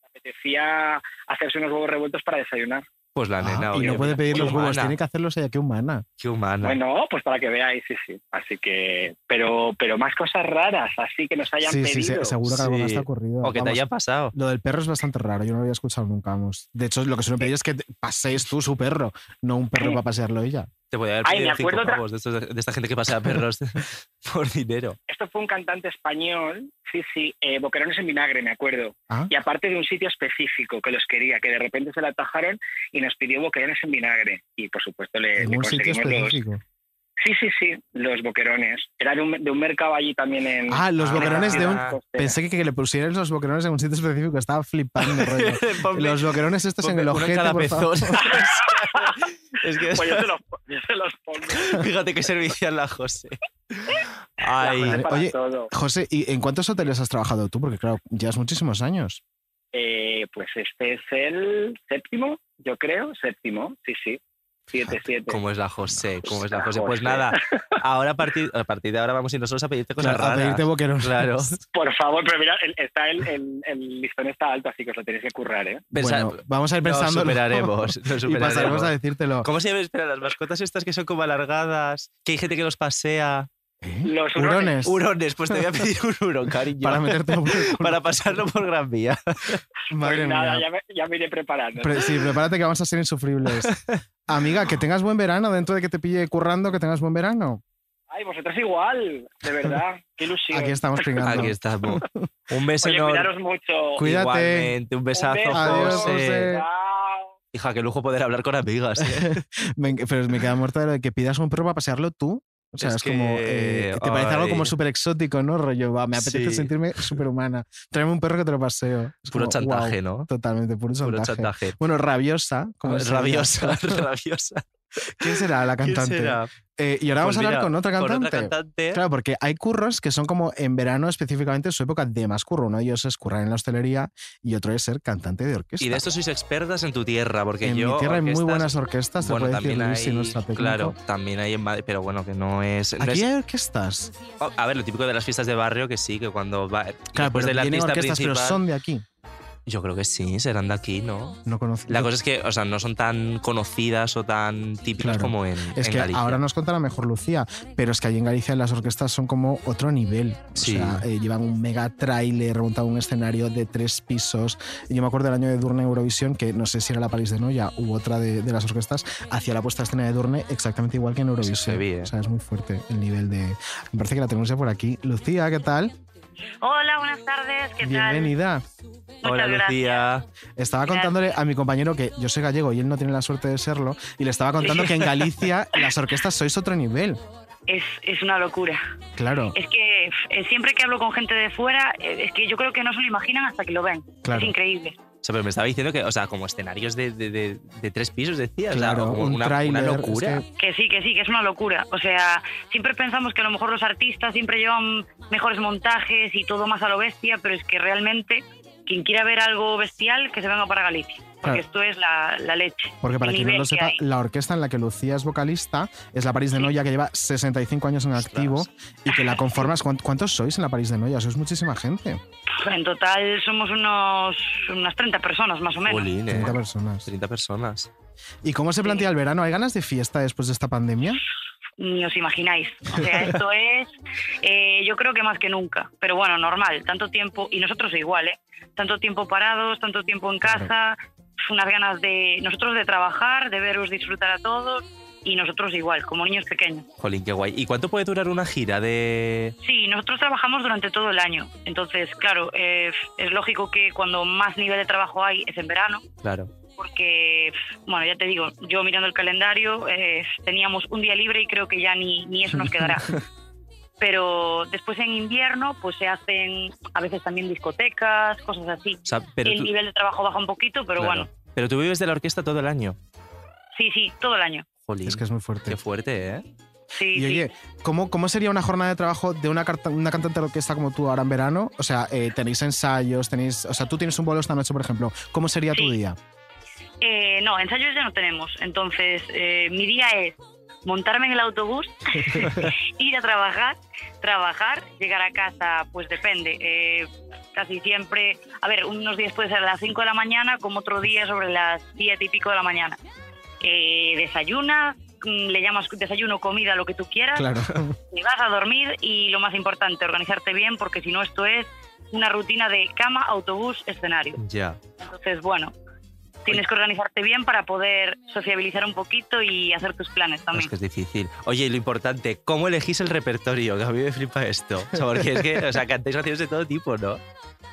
[SPEAKER 9] Me apetecía hacerse unos huevos revueltos para desayunar.
[SPEAKER 4] Pues la nena.
[SPEAKER 5] Ah, y
[SPEAKER 4] obvio.
[SPEAKER 5] no puede pedir
[SPEAKER 4] Qué
[SPEAKER 5] los huevos,
[SPEAKER 4] humana,
[SPEAKER 5] tiene que hacerlos ella, qué humana.
[SPEAKER 4] Qué humana.
[SPEAKER 9] Bueno, pues para que veáis, sí, sí. Así que, pero, pero más cosas raras, así que nos hayan
[SPEAKER 5] Sí, sí,
[SPEAKER 9] pedido.
[SPEAKER 5] sí, seguro que algo más
[SPEAKER 4] Sí.
[SPEAKER 5] te ha ocurrido.
[SPEAKER 4] o que te
[SPEAKER 5] Vamos,
[SPEAKER 4] haya pasado.
[SPEAKER 5] Lo del perro es bastante raro, yo no lo había escuchado nunca. Vamos. De hecho, lo que suelen pedir es que te- pasees tú su perro, no un perro
[SPEAKER 9] Sí.
[SPEAKER 5] para pasearlo ella.
[SPEAKER 4] Te podía haber
[SPEAKER 9] Ay, me
[SPEAKER 4] pedido cinco
[SPEAKER 9] acuerdo otra-
[SPEAKER 4] pavos de, estos- de esta gente que pasea perros por dinero.
[SPEAKER 9] Esto fue un cantante español, sí, sí, eh, Boquerones en vinagre, me acuerdo.
[SPEAKER 5] Ah.
[SPEAKER 9] Y aparte de un sitio específico que los quería, que de repente se la atajaron y nos pidió Boquerones en vinagre. Y por supuesto
[SPEAKER 4] eh,
[SPEAKER 9] le,
[SPEAKER 5] En
[SPEAKER 9] le
[SPEAKER 5] un sitio
[SPEAKER 9] conseguimos los.
[SPEAKER 5] específico.
[SPEAKER 9] Sí, sí, sí, los Boquerones. Era de un, de un mercado allí también en.
[SPEAKER 5] Ah, los
[SPEAKER 4] Ah,
[SPEAKER 5] boquerones de un.
[SPEAKER 4] mira.
[SPEAKER 5] Pensé que, que le pusieran los boquerones en un sitio específico, estaba flipando, rollo. Los boquerones estos en
[SPEAKER 4] Ponme
[SPEAKER 5] el
[SPEAKER 4] uno
[SPEAKER 5] ojete,
[SPEAKER 4] cada
[SPEAKER 5] por favor.
[SPEAKER 4] pezón. es que
[SPEAKER 9] Pues yo se los, yo se los pongo.
[SPEAKER 4] fíjate qué servicial la José.
[SPEAKER 9] La
[SPEAKER 4] Ay,
[SPEAKER 9] José para
[SPEAKER 5] oye,
[SPEAKER 9] todo.
[SPEAKER 5] José, ¿y en cuántos hoteles has trabajado tú? Porque claro, llevas muchísimos años.
[SPEAKER 9] Eh, pues este es el séptimo, yo creo, séptimo, sí, sí. Siete, siete.
[SPEAKER 4] cómo es la José, cómo es la
[SPEAKER 9] La
[SPEAKER 4] José. Pues
[SPEAKER 9] José.
[SPEAKER 4] nada, ahora a partir, a partir de ahora vamos a ir nosotros a pedirte cosas
[SPEAKER 5] Claro, a
[SPEAKER 4] raras.
[SPEAKER 5] pedirte boquerones.
[SPEAKER 4] Claro.
[SPEAKER 9] Por favor, pero mira, el, está el, el- el listón está alto, así que os lo tenéis que currar, ¿eh?
[SPEAKER 4] Pensa-
[SPEAKER 5] Bueno, vamos a ir
[SPEAKER 4] lo
[SPEAKER 5] pensando.
[SPEAKER 4] superaremos,
[SPEAKER 5] Y
[SPEAKER 4] lo
[SPEAKER 5] pasaremos
[SPEAKER 4] superaremos.
[SPEAKER 5] a decírtelo.
[SPEAKER 4] ¿Cómo se llaman espera, las mascotas estas que son como alargadas? Que hay gente que los pasea.
[SPEAKER 5] ¿Eh?
[SPEAKER 9] Los
[SPEAKER 5] Hurones.
[SPEAKER 9] hurones.
[SPEAKER 4] Hurones, pues te voy a pedir un hurón, cariño.
[SPEAKER 5] Para metértelo por el culo.
[SPEAKER 4] para pasarlo por Gran Vía.
[SPEAKER 5] Madre
[SPEAKER 9] Pues nada,
[SPEAKER 5] mía.
[SPEAKER 9] ya me, ya me iré preparando.
[SPEAKER 5] Pre- sí, prepárate que vamos a ser insufribles. Amiga, que tengas buen verano dentro de que te pille currando, que tengas buen verano.
[SPEAKER 9] Ay, vosotros igual, de verdad. Qué ilusión.
[SPEAKER 5] Aquí estamos pringando.
[SPEAKER 4] eh. Aquí estamos. Un beso
[SPEAKER 9] Oye,
[SPEAKER 4] enorme.
[SPEAKER 9] cuidaros mucho.
[SPEAKER 5] Cuida- Cuídate.
[SPEAKER 4] Igualmente, un besazo,
[SPEAKER 9] beso.
[SPEAKER 5] Adiós,
[SPEAKER 4] José.
[SPEAKER 5] José.
[SPEAKER 9] Chao.
[SPEAKER 4] Hija, qué lujo poder hablar con amigas. ¿eh?
[SPEAKER 5] Me enc- pero me queda muerta de lo de que pidas un perro para pasearlo tú. O sea,
[SPEAKER 4] Es
[SPEAKER 5] es, como.
[SPEAKER 4] que,
[SPEAKER 5] eh, que te parece algo como
[SPEAKER 4] ay.
[SPEAKER 5] súper exótico, ¿no? Rollo, va, me apetece
[SPEAKER 4] Sí.
[SPEAKER 5] sentirme superhumana. Tráeme un perro que te lo paseo. Es
[SPEAKER 4] Puro
[SPEAKER 5] como,
[SPEAKER 4] chantaje,
[SPEAKER 5] guau,
[SPEAKER 4] ¿no?
[SPEAKER 5] Totalmente, puro chantaje.
[SPEAKER 4] Puro chantaje. Ah,
[SPEAKER 5] Bueno, rabiosa. Como se llama.
[SPEAKER 4] Rabiosa, rabiosa.
[SPEAKER 5] ¿Quién será la
[SPEAKER 4] ¿Quién
[SPEAKER 5] cantante?
[SPEAKER 4] será?
[SPEAKER 5] Eh, y ahora vamos
[SPEAKER 4] Pues
[SPEAKER 5] a hablar
[SPEAKER 4] mira,
[SPEAKER 5] con otra
[SPEAKER 4] Con
[SPEAKER 5] cantante.
[SPEAKER 4] otra cantante.
[SPEAKER 5] Claro, porque hay curros que son como en verano específicamente su época de más curro. Uno de ellos es currar en la hostelería y otro es ser cantante de orquesta.
[SPEAKER 4] Y de esto sois expertas en tu tierra, porque
[SPEAKER 5] en
[SPEAKER 4] yo.
[SPEAKER 5] mi tierra hay muy
[SPEAKER 4] orquestas-
[SPEAKER 5] buenas orquestas, te
[SPEAKER 4] Bueno,
[SPEAKER 5] puede decir
[SPEAKER 4] también
[SPEAKER 5] Luis, si
[SPEAKER 4] hay-
[SPEAKER 5] no está técnico.
[SPEAKER 4] Claro, también hay en Madrid, pero bueno, que no es. no
[SPEAKER 5] Aquí
[SPEAKER 4] es-
[SPEAKER 5] hay orquestas.
[SPEAKER 4] Oh, A ver, lo típico de las fiestas de barrio, que sí, que cuando va.
[SPEAKER 5] Claro,
[SPEAKER 4] después
[SPEAKER 5] pero
[SPEAKER 4] del
[SPEAKER 5] vienen
[SPEAKER 4] artista
[SPEAKER 5] orquestas,
[SPEAKER 4] principal.
[SPEAKER 5] pero son de aquí.
[SPEAKER 4] Yo creo que sí, serán de aquí, ¿no?
[SPEAKER 5] No conozco.
[SPEAKER 4] La cosa es que, o sea, no son tan conocidas o tan típicas
[SPEAKER 5] Claro.
[SPEAKER 4] como en,
[SPEAKER 5] Es
[SPEAKER 4] en
[SPEAKER 5] que
[SPEAKER 4] Galicia.
[SPEAKER 5] ahora nos contará mejor Lucía, pero es que allí en Galicia las orquestas son como otro nivel.
[SPEAKER 4] Sí.
[SPEAKER 5] O sea, eh, llevan un mega tráiler, montan un escenario de tres pisos. Y Yo me acuerdo del año de Durne Eurovisión, que no sé si era la París de Noia u otra de, de las orquestas, hacía la puesta a escena de Durne exactamente igual que en Eurovisión.
[SPEAKER 4] heavy, ¿eh?
[SPEAKER 5] O sea, es muy fuerte el nivel de... Me parece que la tenemos ya por aquí. Lucía, ¿qué tal?
[SPEAKER 10] Hola, buenas tardes, ¿qué
[SPEAKER 5] Bienvenida.
[SPEAKER 10] tal? Muchas
[SPEAKER 4] Hola,
[SPEAKER 10] gracias.
[SPEAKER 4] Lucía.
[SPEAKER 5] Estaba contándole a mi compañero que yo soy gallego y él no tiene la suerte de serlo, y le estaba contando que en Galicia las orquestas sois otro nivel.
[SPEAKER 10] Es, es una locura.
[SPEAKER 5] Claro.
[SPEAKER 10] Es que eh, siempre que hablo con gente de fuera, eh, es que yo creo que no se lo imaginan hasta que lo ven.
[SPEAKER 5] Claro.
[SPEAKER 10] Es increíble.
[SPEAKER 4] O sea, pero me estaba diciendo que, o sea, como escenarios de, de- de- de tres pisos, decías. o sea,
[SPEAKER 5] Claro,
[SPEAKER 4] como
[SPEAKER 5] un
[SPEAKER 4] una,
[SPEAKER 5] tráiler,
[SPEAKER 4] una
[SPEAKER 5] es
[SPEAKER 4] locura.
[SPEAKER 5] que-
[SPEAKER 10] Que sí, que sí, que es una locura. O sea, siempre pensamos que a lo mejor los artistas siempre llevan mejores montajes y todo más a lo bestia, pero es que realmente quien quiera ver algo bestial, que se venga para Galicia. Porque
[SPEAKER 5] Claro.
[SPEAKER 10] esto es la, la leche.
[SPEAKER 5] Porque para
[SPEAKER 10] El
[SPEAKER 5] quien no
[SPEAKER 10] nivel
[SPEAKER 5] lo
[SPEAKER 10] que
[SPEAKER 5] sepa,
[SPEAKER 10] hay.
[SPEAKER 5] la orquesta en la que Lucía es vocalista es la París de Noia, que lleva 65 años en
[SPEAKER 4] Ostras.
[SPEAKER 5] activo y que la conformas. ¿cuán- ¿Cuántos sois en la París de Noia? Sois muchísima gente.
[SPEAKER 10] En total somos unos, unas 30 personas más o menos.
[SPEAKER 4] Jolín, ¿eh?
[SPEAKER 5] 30 personas.
[SPEAKER 4] 30 personas.
[SPEAKER 5] ¿Y cómo se plantea el verano? ¿Hay ganas de fiesta después de esta pandemia?
[SPEAKER 10] ni os imagináis. O sea, esto es, eh, yo creo que más que nunca, pero bueno, normal, tanto tiempo, y nosotros igual, ¿eh? Tanto tiempo parados, tanto tiempo en casa, unas ganas de nosotros de trabajar, de veros disfrutar a todos, y nosotros igual, como niños pequeños.
[SPEAKER 4] Jolín, qué guay. ¿Y cuánto puede durar una gira de...?
[SPEAKER 10] Sí, nosotros trabajamos durante todo el año, entonces, claro, eh, es lógico que cuando más nivel de trabajo hay es en verano,
[SPEAKER 4] Claro.
[SPEAKER 10] porque, bueno, ya te digo, yo mirando el calendario, eh, teníamos un día libre y creo que ya ni, ni eso nos quedará. Pero después en invierno, pues se hacen a veces también discotecas, cosas así.
[SPEAKER 4] O sea, pero
[SPEAKER 10] el
[SPEAKER 4] tú...
[SPEAKER 10] nivel de trabajo baja un poquito, pero
[SPEAKER 4] claro.
[SPEAKER 10] bueno,
[SPEAKER 4] Pero tú vives de la orquesta todo el año.
[SPEAKER 10] sí, sí, todo el año.
[SPEAKER 4] Jolín,
[SPEAKER 5] Es que es muy fuerte.
[SPEAKER 4] qué fuerte, ¿eh?
[SPEAKER 10] Sí,
[SPEAKER 5] Y
[SPEAKER 10] sí.
[SPEAKER 5] oye, ¿cómo, ¿cómo sería una jornada de trabajo de una, carta- una cantante de orquesta como tú ahora en verano? O sea, eh, tenéis ensayos, tenéis. O sea, tú tienes un vuelo esta noche, por ejemplo. ¿Cómo sería tu
[SPEAKER 10] Sí.
[SPEAKER 5] día?
[SPEAKER 10] Eh, no, ensayos ya no tenemos. Entonces, eh, mi día es montarme en el autobús, ir a trabajar, trabajar, llegar a casa, pues depende. eh, casi siempre, a ver, unos días puede ser a las 5 de la mañana, como otro día sobre las 10 y pico de la mañana. Eh, desayuna, mm, le llamas desayuno, comida, lo que tú quieras,
[SPEAKER 5] Claro.
[SPEAKER 10] te vas a dormir y lo más importante, organizarte bien, porque si no, esto es una rutina de cama, autobús, escenario.
[SPEAKER 4] Ya.
[SPEAKER 10] Entonces, bueno, tienes que organizarte bien para poder sociabilizar un poquito y hacer tus planes
[SPEAKER 4] Es
[SPEAKER 10] también.
[SPEAKER 4] que es difícil. Oye, y lo importante, ¿cómo elegís el repertorio? Que a mí me flipa esto. O sea, porque es que, o sea, cantáis canciones de todo tipo, ¿no?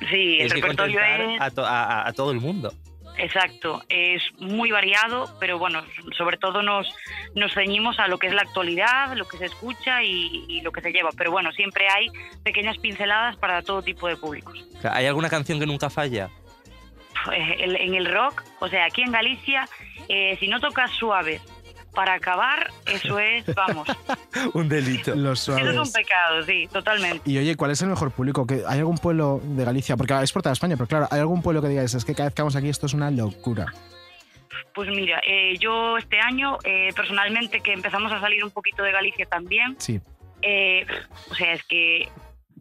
[SPEAKER 10] Sí, el
[SPEAKER 4] Tienes que
[SPEAKER 10] repertorio
[SPEAKER 4] contentar
[SPEAKER 10] es
[SPEAKER 4] a, to- a- a- a todo el mundo.
[SPEAKER 10] exacto, es muy variado, pero bueno, sobre todo nos nos ceñimos a lo que es la actualidad, lo que se escucha y, y lo que se lleva. Pero bueno, siempre hay pequeñas pinceladas para todo tipo de públicos.
[SPEAKER 4] O sea, ¿Hay alguna canción que nunca falla?
[SPEAKER 10] Eh, el- en el rock, o sea, aquí en Galicia, eh, si no tocas suave para acabar, eso es, vamos,
[SPEAKER 4] Un delito.
[SPEAKER 5] Los
[SPEAKER 10] eso es
[SPEAKER 5] suaves.
[SPEAKER 10] un pecado, sí, totalmente.
[SPEAKER 5] Y oye, ¿cuál es el mejor público? ¿Que ¿Hay algún pueblo de Galicia? Porque es por toda España, pero claro, ¿hay algún pueblo que digáis, es que cada vez que vamos aquí esto es una locura?
[SPEAKER 10] Pues mira, eh, yo este año, eh, personalmente, que empezamos a salir un poquito de Galicia también,
[SPEAKER 5] Sí.
[SPEAKER 10] eh, o sea, es que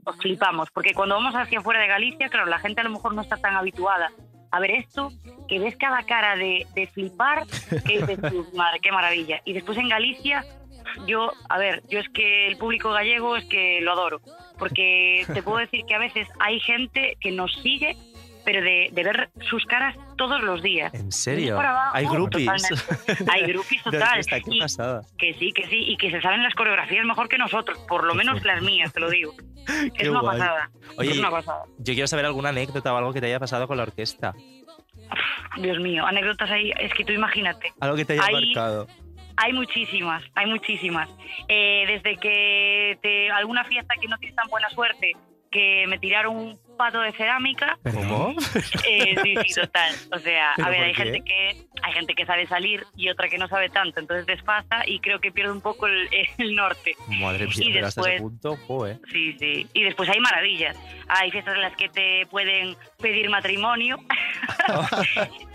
[SPEAKER 10] os flipamos, porque cuando vamos hacia afuera de Galicia, claro, la gente a lo mejor no está tan habituada a ver esto, que ves cada cara de, de flipar, que dices, tú, madre, qué maravilla. Y después en Galicia yo, a ver, yo es que el público gallego es que lo adoro, porque te puedo decir que a veces hay gente que nos sigue, pero de, de ver sus caras todos los días.
[SPEAKER 4] ¿En serio?
[SPEAKER 10] Por abajo,
[SPEAKER 4] Hay groupies.
[SPEAKER 10] totalmente. Hay groupies
[SPEAKER 4] De
[SPEAKER 10] total.
[SPEAKER 4] orquesta, qué
[SPEAKER 10] Y
[SPEAKER 4] pasada.
[SPEAKER 10] que sí, que sí, y que se saben las coreografías mejor que nosotros, por lo menos las mías, te lo digo.
[SPEAKER 4] Qué
[SPEAKER 10] es una
[SPEAKER 4] guay.
[SPEAKER 10] pasada.
[SPEAKER 4] Oye,
[SPEAKER 10] es una pasada.
[SPEAKER 4] Yo quiero saber alguna anécdota o algo que te haya pasado con la orquesta.
[SPEAKER 10] Dios mío, anécdotas ahí, es que tú imagínate.
[SPEAKER 4] Algo que te haya
[SPEAKER 10] Hay-
[SPEAKER 4] marcado.
[SPEAKER 10] Hay muchísimas, hay muchísimas. Eh, desde que te- alguna fiesta que no tienes tan buena suerte, que me tiraron un pato de cerámica,
[SPEAKER 4] ¿Cómo?
[SPEAKER 10] eh, sí, sí, total. O sea,
[SPEAKER 4] ¿Pero
[SPEAKER 10] a ver,
[SPEAKER 4] por
[SPEAKER 10] hay
[SPEAKER 4] qué?
[SPEAKER 10] gente que hay gente que sabe salir y otra que no sabe tanto, entonces despasa y creo que pierde un poco el, el norte.
[SPEAKER 4] Madre mía,
[SPEAKER 10] Y
[SPEAKER 4] pero hasta ese
[SPEAKER 10] después-
[SPEAKER 4] punto, jo, eh.
[SPEAKER 10] Sí, sí. Y después hay maravillas. Hay fiestas en las que te pueden pedir matrimonio.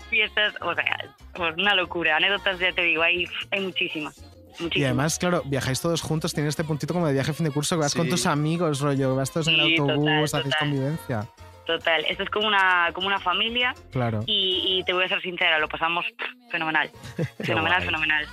[SPEAKER 10] fiestas, o sea, pues una locura. Anécdotas, ya te digo, hay, hay muchísimas. muchísimas.
[SPEAKER 5] Y además, claro, viajáis todos juntos, tiene este puntito como de viaje a fin de curso que vas
[SPEAKER 4] Sí.
[SPEAKER 5] con tus amigos, rollo, vas todos en
[SPEAKER 10] Sí,
[SPEAKER 5] el
[SPEAKER 10] total,
[SPEAKER 5] autobús, hacéis
[SPEAKER 10] total.
[SPEAKER 5] convivencia.
[SPEAKER 10] Total, esto es como una, como una familia
[SPEAKER 5] Claro.
[SPEAKER 10] y, y te voy a ser sincera, lo pasamos pff, fenomenal. fenomenal,
[SPEAKER 4] guay.
[SPEAKER 10] fenomenal.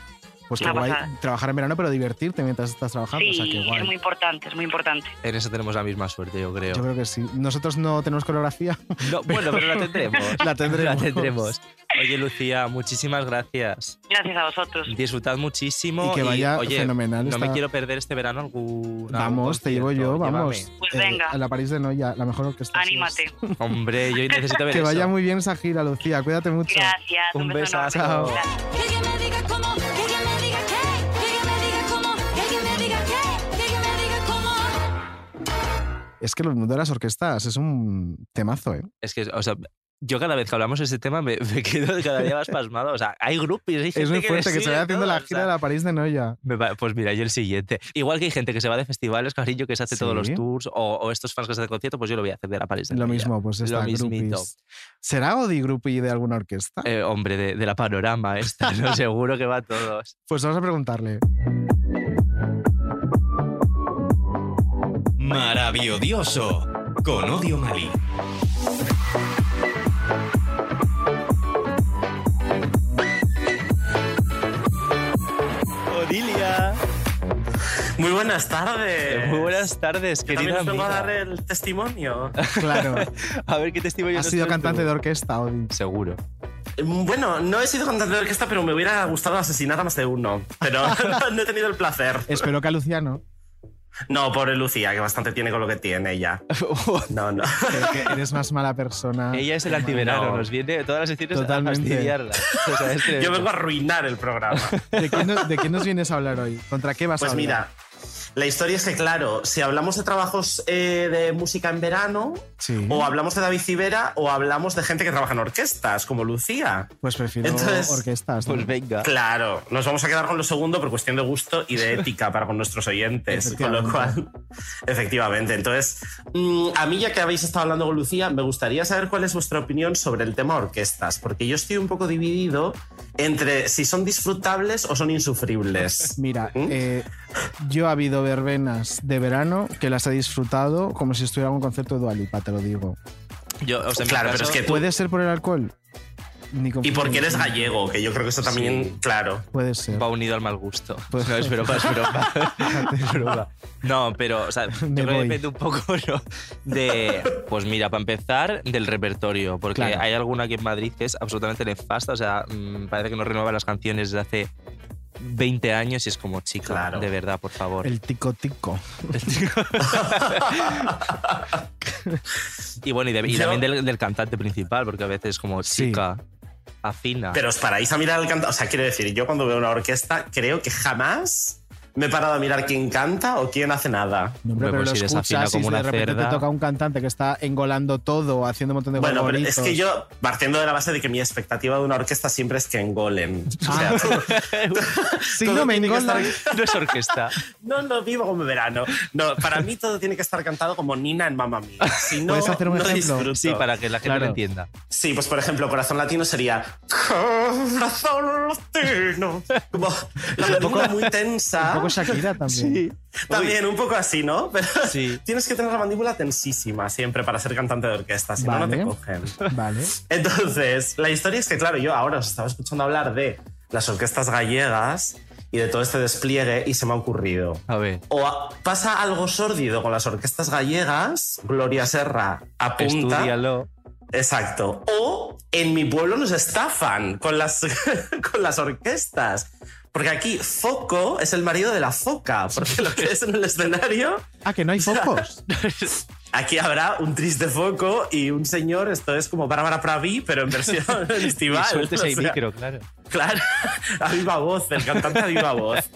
[SPEAKER 5] Pues qué
[SPEAKER 10] una
[SPEAKER 5] guay
[SPEAKER 10] pasada.
[SPEAKER 5] trabajar en verano, pero divertirte mientras estás trabajando. Ah, pues, o sea,
[SPEAKER 10] Sí,
[SPEAKER 5] qué guay.
[SPEAKER 10] es muy importante, es muy importante.
[SPEAKER 4] En eso tenemos la misma suerte, yo creo.
[SPEAKER 5] Yo creo que sí. Nosotros no tenemos coreografía.
[SPEAKER 4] No, bueno, pero la tendremos.
[SPEAKER 5] La tendremos.
[SPEAKER 4] La tendremos. Oye, Lucía, muchísimas gracias.
[SPEAKER 10] Gracias a vosotros.
[SPEAKER 4] Disfrutad muchísimo.
[SPEAKER 5] Y que vaya
[SPEAKER 4] oye,
[SPEAKER 5] fenomenal
[SPEAKER 4] No me
[SPEAKER 5] esta-
[SPEAKER 4] quiero perder este verano algún.
[SPEAKER 5] Vamos,
[SPEAKER 4] algún
[SPEAKER 5] te llevo yo,
[SPEAKER 4] concierto,
[SPEAKER 5] vamos.
[SPEAKER 10] Pues
[SPEAKER 5] Eh,
[SPEAKER 10] venga.
[SPEAKER 5] a la París de Noia, la mejor orquesta. sí
[SPEAKER 10] Anímate.
[SPEAKER 5] es.
[SPEAKER 4] llévame. Hombre, yo necesito ver
[SPEAKER 5] Que
[SPEAKER 4] Pues eso.
[SPEAKER 5] vaya muy bien esa gira, Lucía. Cuídate mucho.
[SPEAKER 10] Gracias, un,
[SPEAKER 4] Un
[SPEAKER 10] beso enorme.
[SPEAKER 4] besazo.
[SPEAKER 10] Gracias.
[SPEAKER 11] Que alguien me diga cómo, que alguien me diga qué, que alguien me diga cómo, que alguien me diga qué, que alguien me diga cómo.
[SPEAKER 5] Es que el mundo de las orquestas es un temazo, ¿eh?
[SPEAKER 4] Es que, o sea, yo cada vez que hablamos de este tema me, me quedo cada día más pasmado. O sea, hay groupies, hay gente
[SPEAKER 5] Es muy
[SPEAKER 4] que
[SPEAKER 5] fuerte
[SPEAKER 4] le
[SPEAKER 5] que se
[SPEAKER 4] sigue
[SPEAKER 5] vaya haciendo
[SPEAKER 4] todo,
[SPEAKER 5] la
[SPEAKER 4] o
[SPEAKER 5] gira
[SPEAKER 4] sea,
[SPEAKER 5] de la París de Noia.
[SPEAKER 4] me va- pues mira, yo el siguiente. Igual que hay gente que se va de festivales, cariño, que se hace todos los
[SPEAKER 5] Sí.
[SPEAKER 4] tours, o, o estos fans que se hacen concierto, pues yo lo voy a hacer de la París. de
[SPEAKER 5] Lo
[SPEAKER 4] Noia.
[SPEAKER 5] mismo, pues está
[SPEAKER 4] mismito.
[SPEAKER 5] groupies. ¿Será Odi Groupie de alguna orquesta?
[SPEAKER 4] Eh, hombre, de, de la panorama esta, ¿no? seguro que va a todos.
[SPEAKER 5] Pues vamos a preguntarle.
[SPEAKER 12] Maravilloso con Odio Malí.
[SPEAKER 4] Odilia.
[SPEAKER 13] Muy buenas tardes.
[SPEAKER 4] Eh, Muy buenas tardes,
[SPEAKER 13] Yo también
[SPEAKER 4] querida
[SPEAKER 13] os vengo a
[SPEAKER 4] amiga.
[SPEAKER 13] dar el testimonio.
[SPEAKER 5] Claro.
[SPEAKER 4] A ver qué testimonio
[SPEAKER 5] Has
[SPEAKER 4] nos
[SPEAKER 5] sido
[SPEAKER 4] traes tú?
[SPEAKER 5] cantante de orquesta, Odi.
[SPEAKER 4] Seguro.
[SPEAKER 13] Bueno, no he sido cantante de orquesta, pero me hubiera gustado asesinar a más de uno. Pero no he tenido el placer.
[SPEAKER 5] Espero que a Luciano.
[SPEAKER 13] No, pobre Lucía, que bastante tiene con lo que tiene ya. No, no.
[SPEAKER 5] Creo que eres más mala persona.
[SPEAKER 4] Ella es el antiverano,
[SPEAKER 13] No.
[SPEAKER 4] nos viene de todas las secciones
[SPEAKER 5] Ah, Totalmente.
[SPEAKER 4] a fastidiarla. O sea, es
[SPEAKER 13] Yo
[SPEAKER 4] tremendo.
[SPEAKER 13] vengo a arruinar el programa.
[SPEAKER 5] ¿De qué, no- de qué nos vienes a hablar hoy? ¿Contra qué vas
[SPEAKER 13] Pues
[SPEAKER 5] a hablar?
[SPEAKER 13] mira, la historia es que, claro, si hablamos de trabajos eh, de música en verano,
[SPEAKER 5] Sí.
[SPEAKER 13] o hablamos de David Civera, o hablamos de gente que trabaja en orquestas, como Lucía.
[SPEAKER 5] Pues prefiero
[SPEAKER 13] Entonces-
[SPEAKER 5] orquestas. ¿no?
[SPEAKER 4] Pues venga.
[SPEAKER 13] Claro, nos vamos a quedar con lo segundo por cuestión de gusto y de ética para con nuestros oyentes. Con lo cual, efectivamente. Entonces, mm, a mí, ya que habéis estado hablando con Lucía, me gustaría saber cuál es vuestra opinión sobre el tema orquestas, porque yo estoy un poco dividido entre si son disfrutables o son insufribles.
[SPEAKER 5] Mira,
[SPEAKER 13] ¿Mm?
[SPEAKER 5] eh, yo ha habido verbenas de verano que las he disfrutado como si estuviera en un concierto de Dualipa, te lo digo.
[SPEAKER 4] Yo, o sea, en mi
[SPEAKER 13] Claro, pero
[SPEAKER 4] caso,
[SPEAKER 13] es que tú-
[SPEAKER 5] ¿Puede ser por el alcohol? Ni
[SPEAKER 13] Eh, Y porque eres
[SPEAKER 5] confundirme.
[SPEAKER 13] gallego, que yo creo que eso también,
[SPEAKER 4] Sí.
[SPEAKER 13] claro.
[SPEAKER 5] Puede ser.
[SPEAKER 4] va unido al mal gusto.
[SPEAKER 5] Pues-
[SPEAKER 4] No, es broma, es broma. Es broma. No, pero, o sea, yo
[SPEAKER 5] Me
[SPEAKER 4] creo que
[SPEAKER 5] voy.
[SPEAKER 4] depende un poco, ¿no? De, pues mira, para empezar, del repertorio, porque
[SPEAKER 5] Claro.
[SPEAKER 4] hay alguna aquí en Madrid que es absolutamente nefasta, o sea, mm, parece que no renueva las canciones desde hace 20 años y es como, chica,
[SPEAKER 13] Claro.
[SPEAKER 4] de verdad, por favor.
[SPEAKER 5] El tico tico.
[SPEAKER 4] Y bueno, y, de- y
[SPEAKER 13] Yo-
[SPEAKER 4] también del, del cantante principal, porque a veces es como,
[SPEAKER 5] Sí.
[SPEAKER 4] chica, afina.
[SPEAKER 13] Pero os paráis a mirar al cantante. O sea, quiero decir, yo cuando veo una orquesta, creo que jamás me he parado a mirar quién canta o quién hace nada.
[SPEAKER 5] No, hombre,
[SPEAKER 4] Hombre,
[SPEAKER 5] pero
[SPEAKER 4] pues
[SPEAKER 5] lo
[SPEAKER 4] si desafina
[SPEAKER 5] escuchas y
[SPEAKER 4] como
[SPEAKER 5] de
[SPEAKER 4] una
[SPEAKER 5] repente
[SPEAKER 4] cerda.
[SPEAKER 5] te toca un cantante que está engolando todo, haciendo un montón de
[SPEAKER 13] Bueno, pero es
[SPEAKER 5] gorgoritos.
[SPEAKER 13] que yo, partiendo de la base de que mi expectativa de una orquesta siempre es que engolen. O sea,
[SPEAKER 5] Ah. Si
[SPEAKER 13] todo
[SPEAKER 5] no me
[SPEAKER 13] tiene que
[SPEAKER 5] engolan,
[SPEAKER 13] estar-
[SPEAKER 4] no es orquesta.
[SPEAKER 13] No, no, vivo como verano. No, para mí todo tiene que estar cantado como Nina en Mamma Mía. Si no,
[SPEAKER 5] ¿Puedes hacer un
[SPEAKER 13] no
[SPEAKER 5] ejemplo?
[SPEAKER 13] disfruto.
[SPEAKER 4] Sí, para que la gente
[SPEAKER 5] Claro.
[SPEAKER 4] lo entienda.
[SPEAKER 13] Sí, pues por ejemplo, Corazón Latino sería Corazón Latino. Como la mandíbula muy tensa.
[SPEAKER 5] un poco Shakira también.
[SPEAKER 13] También un poco así, ¿no? Pero
[SPEAKER 4] Sí.
[SPEAKER 13] tienes que tener la mandíbula tensísima siempre para ser cantante de orquesta, si no, no te
[SPEAKER 5] Vale.
[SPEAKER 13] cogen.
[SPEAKER 5] Vale.
[SPEAKER 13] Entonces, la historia es que, claro, yo ahora os estaba escuchando hablar de las orquestas gallegas y de todo este despliegue y se me ha ocurrido.
[SPEAKER 4] A ver.
[SPEAKER 13] O a- pasa algo sórdido con las orquestas gallegas, Gloria Serra apunta.
[SPEAKER 4] Estúdialo.
[SPEAKER 13] Exacto. O en mi pueblo nos estafan con las, con las orquestas. Porque aquí Foco es el marido de la foca, porque lo que es en el escenario
[SPEAKER 5] Ah, que no hay focos.
[SPEAKER 13] Aquí habrá un triste foco y un señor, esto es como Bárbara Pravi, pero en versión estival.
[SPEAKER 4] Y sueltes
[SPEAKER 13] o
[SPEAKER 4] ahí
[SPEAKER 13] sea,
[SPEAKER 4] micro, claro.
[SPEAKER 13] Claro, a viva voz, el cantante a viva voz.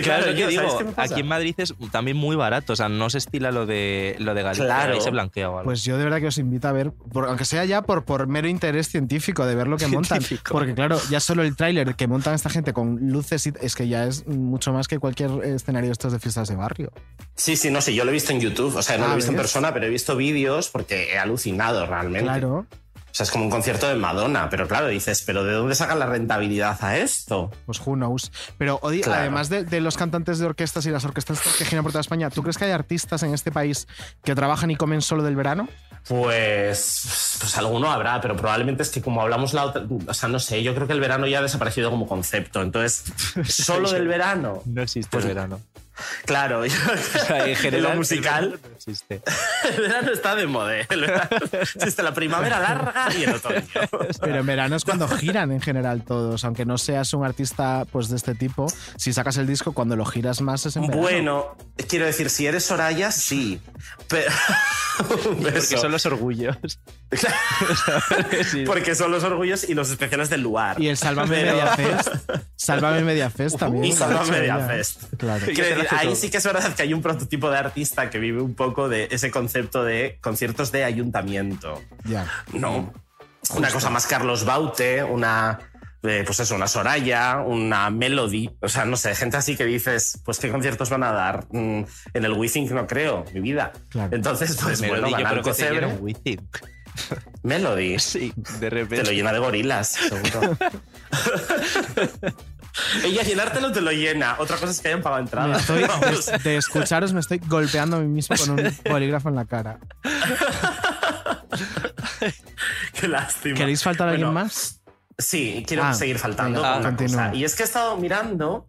[SPEAKER 4] Claro, yo
[SPEAKER 13] o
[SPEAKER 4] digo,
[SPEAKER 13] sea, ¿sabes qué me pasa?
[SPEAKER 4] aquí en Madrid es también muy barato, o sea, no se estila lo de, lo de Galicia,
[SPEAKER 13] Claro.
[SPEAKER 4] ahí se blanquea o algo.
[SPEAKER 5] Pues yo de verdad que os invito a ver, por- aunque sea ya por, por mero interés científico de ver lo que montan.
[SPEAKER 4] Científico.
[SPEAKER 5] Porque claro, ya solo el tráiler que montan esta gente con luces y- es que ya es mucho más que cualquier escenario de estos de fiestas de barrio.
[SPEAKER 13] Sí, sí, no sé, yo lo he visto en YouTube, o sea, no
[SPEAKER 5] Ah,
[SPEAKER 13] lo he visto en
[SPEAKER 5] ¿ves?
[SPEAKER 13] persona, pero he visto vídeos porque he alucinado realmente.
[SPEAKER 5] Claro.
[SPEAKER 13] O sea, es como un concierto de Madonna, pero claro, dices, pero ¿de dónde sacan la rentabilidad a esto?
[SPEAKER 5] Pues who knows. Pero Odi,
[SPEAKER 13] Claro.
[SPEAKER 5] además de, de los cantantes de orquestas y las orquestas que giran por toda España, ¿tú crees que hay artistas en este país que trabajan y comen solo del verano?
[SPEAKER 13] Pues, pues alguno habrá, pero probablemente es que como hablamos la otra, o sea, no sé, yo creo que el verano ya ha desaparecido como concepto, entonces solo del verano.
[SPEAKER 4] No existe
[SPEAKER 13] Pues-
[SPEAKER 4] el verano.
[SPEAKER 13] Claro, yo-
[SPEAKER 4] O sea, en general,
[SPEAKER 13] lo musical.
[SPEAKER 4] el verano no existe.
[SPEAKER 13] El verano está de moda. ¿eh? El verano existe la primavera larga y el otoño.
[SPEAKER 5] Pero en verano es cuando giran en general todos, aunque no seas un artista pues de este tipo, si sacas el disco cuando lo giras más es en verano.
[SPEAKER 13] Bueno, quiero decir, si eres Soraya, sí. Pero. Un
[SPEAKER 4] Porque
[SPEAKER 13] beso.
[SPEAKER 4] son los orgullos. Sí.
[SPEAKER 13] Porque son los orgullos y los especiales del lugar.
[SPEAKER 5] Y el Sálvame
[SPEAKER 13] Pero-
[SPEAKER 5] Media Fest. Sálvame Media Fest también.
[SPEAKER 13] Y
[SPEAKER 5] lo ha
[SPEAKER 13] Sálvame
[SPEAKER 5] hecho
[SPEAKER 13] Media
[SPEAKER 5] ella.
[SPEAKER 13] Fest.
[SPEAKER 5] Claro.
[SPEAKER 13] Quiero
[SPEAKER 4] se
[SPEAKER 13] decir,
[SPEAKER 4] hace
[SPEAKER 13] ahí
[SPEAKER 4] todo.
[SPEAKER 13] sí que es verdad que hay un prototipo de artista que vive un poco de ese concepto de conciertos de ayuntamiento.
[SPEAKER 5] Ya.
[SPEAKER 13] No. Una cosa más Carlos Baute, una. eh, pues eso, una Soraya, una Melody. O sea, no sé, gente así que dices, pues qué conciertos van a dar. Mm, en el Withink no creo, mi vida.
[SPEAKER 5] Claro.
[SPEAKER 13] Entonces, pues
[SPEAKER 4] Melody,
[SPEAKER 13] bueno,
[SPEAKER 4] yo
[SPEAKER 13] van
[SPEAKER 4] creo
[SPEAKER 13] al
[SPEAKER 4] que te
[SPEAKER 13] Cocebre.
[SPEAKER 4] dieron Withink.
[SPEAKER 13] Melody.
[SPEAKER 4] Sí, de
[SPEAKER 13] Te
[SPEAKER 4] repente.
[SPEAKER 13] lo llena de gorilas, seguro. Ella llenártelo te lo llena. Otra cosa es que hayan pagado
[SPEAKER 5] Me
[SPEAKER 13] entrada.
[SPEAKER 5] estoy,
[SPEAKER 13] Vamos.
[SPEAKER 5] de, de escucharos me estoy golpeando a mí mismo con un bolígrafo en la cara.
[SPEAKER 13] Qué lástima.
[SPEAKER 5] ¿Queréis faltar a alguien
[SPEAKER 13] Bueno,
[SPEAKER 5] más?
[SPEAKER 13] Sí, quiero
[SPEAKER 5] Ah,
[SPEAKER 13] seguir faltando.
[SPEAKER 5] venga,
[SPEAKER 13] con una
[SPEAKER 5] continúa.
[SPEAKER 13] cosa. Y es que he estado mirando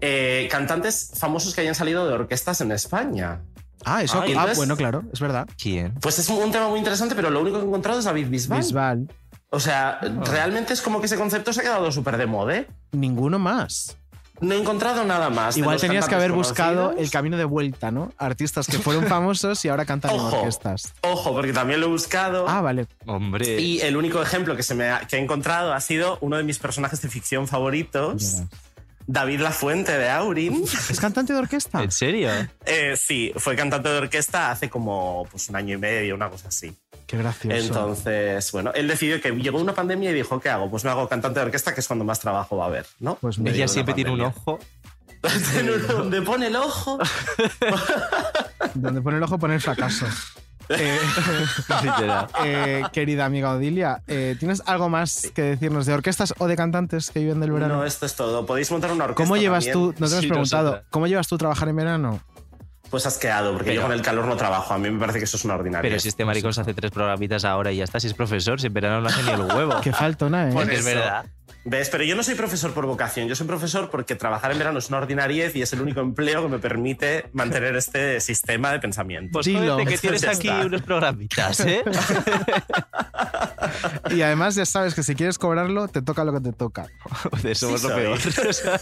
[SPEAKER 13] eh, cantantes famosos que hayan salido de orquestas en España.
[SPEAKER 5] Ah, eso.
[SPEAKER 13] Ah,
[SPEAKER 5] Ah,
[SPEAKER 13] y entonces-
[SPEAKER 5] bueno, claro, es verdad.
[SPEAKER 4] ¿Quién?
[SPEAKER 13] Pues es un tema muy interesante, pero lo único que he encontrado es David Bisbal.
[SPEAKER 5] Bisbal. Ah.
[SPEAKER 13] O sea, realmente es como que ese concepto se ha quedado súper de moda. ¿eh?
[SPEAKER 5] Ninguno más.
[SPEAKER 13] No he encontrado nada más. de
[SPEAKER 5] Igual
[SPEAKER 13] los
[SPEAKER 5] tenías que haber
[SPEAKER 13] cantantes
[SPEAKER 5] buscado
[SPEAKER 13] conocidos.
[SPEAKER 5] el camino de vuelta, ¿no? Artistas que fueron famosos y ahora cantan en
[SPEAKER 13] Ojo.
[SPEAKER 5] orquestas.
[SPEAKER 13] Ojo, porque también lo he buscado.
[SPEAKER 5] Ah, vale.
[SPEAKER 4] Hombre.
[SPEAKER 13] Y el único ejemplo que, se me ha- que he encontrado ha sido uno de mis personajes de ficción favoritos, David Lafuente de Aurin.
[SPEAKER 5] ¿Es cantante de orquesta?
[SPEAKER 4] ¿En serio?
[SPEAKER 13] Eh, sí, fue cantante de orquesta hace como pues, un año y medio, una cosa así.
[SPEAKER 5] Qué gracioso.
[SPEAKER 13] Entonces, bueno, él decidió que llegó una pandemia y dijo, ¿qué hago? Pues me hago cantante de orquesta, que es cuando más trabajo va a haber, ¿no?
[SPEAKER 5] Pues
[SPEAKER 13] En
[SPEAKER 5] mira.
[SPEAKER 13] medio de
[SPEAKER 4] Ella
[SPEAKER 13] una
[SPEAKER 4] siempre tiene un
[SPEAKER 13] pandemia.
[SPEAKER 4] ojo.
[SPEAKER 13] Tiene un- donde pone el ojo.
[SPEAKER 5] Donde pone el ojo, pone el fracaso. Eh,
[SPEAKER 4] Literal.
[SPEAKER 5] eh, querida amiga Odilia, eh, ¿tienes algo más que decirnos de orquestas o de cantantes que viven del verano?
[SPEAKER 13] No, esto es todo. Podéis montar una orquesta.
[SPEAKER 5] ¿Cómo llevas
[SPEAKER 13] también.
[SPEAKER 5] tú? No te hemos
[SPEAKER 4] Sí,
[SPEAKER 5] preguntado.
[SPEAKER 4] nosotras.
[SPEAKER 5] ¿Cómo llevas tú trabajar en verano?
[SPEAKER 13] Pues has quedado, porque
[SPEAKER 4] Pero-
[SPEAKER 13] yo con el calor no trabajo. A mí me parece que eso es una ordinaria.
[SPEAKER 4] Pero si este maricón se hace tres programitas ahora y ya está, si es profesor, si en verano no hace ni el huevo.
[SPEAKER 5] Que faltona, ¿eh?
[SPEAKER 13] Por
[SPEAKER 4] Es
[SPEAKER 13] eso.
[SPEAKER 4] verdad.
[SPEAKER 13] ¿Ves? Pero yo no soy profesor por vocación, yo soy profesor porque trabajar en verano es una ordinariez y es el único empleo que me permite mantener este sistema de pensamiento.
[SPEAKER 4] Pues
[SPEAKER 5] Dilo.
[SPEAKER 4] jódete que tienes
[SPEAKER 13] Ya
[SPEAKER 4] aquí
[SPEAKER 13] está.
[SPEAKER 4] unos programitas, ¿eh?
[SPEAKER 5] Y además ya sabes que si quieres cobrarlo, te toca lo que te toca.
[SPEAKER 4] Joder, somos
[SPEAKER 13] Sí
[SPEAKER 4] lo
[SPEAKER 13] soy.
[SPEAKER 4] peor. O sea,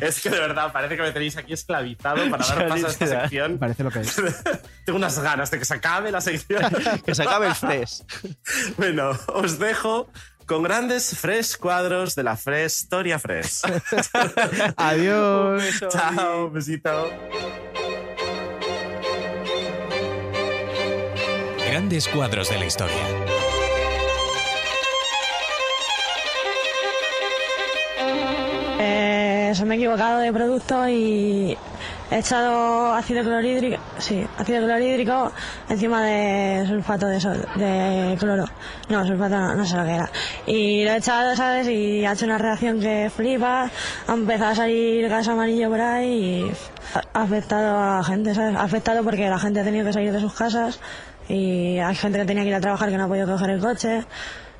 [SPEAKER 13] es que de verdad parece que me tenéis aquí esclavizado para
[SPEAKER 4] Ya,
[SPEAKER 13] dar paso a esta
[SPEAKER 4] literal.
[SPEAKER 5] Me
[SPEAKER 13] sección.
[SPEAKER 5] parece lo que es.
[SPEAKER 13] Tengo unas ganas de que se acabe la sección.
[SPEAKER 4] que se acabe el CES.
[SPEAKER 13] bueno, os dejo con grandes fresh cuadros de la fresh historia fresh.
[SPEAKER 5] Adiós.
[SPEAKER 13] Chao, besito.
[SPEAKER 14] Grandes cuadros de la historia.
[SPEAKER 7] Eh, se me ha equivocado de producto y he echado ácido clorhídrico, sí, ácido clorhídrico encima de sulfato de, sol- de cloro. No, sulfato no, no sé lo que era. Y lo he echado, ¿sabes? Y ha hecho una reacción que flipa, ha empezado a salir gas amarillo por ahí y ha afectado a la gente, ¿sabes? Ha afectado porque la gente ha tenido que salir de sus casas y hay gente que tenía que ir a trabajar que no ha podido coger el coche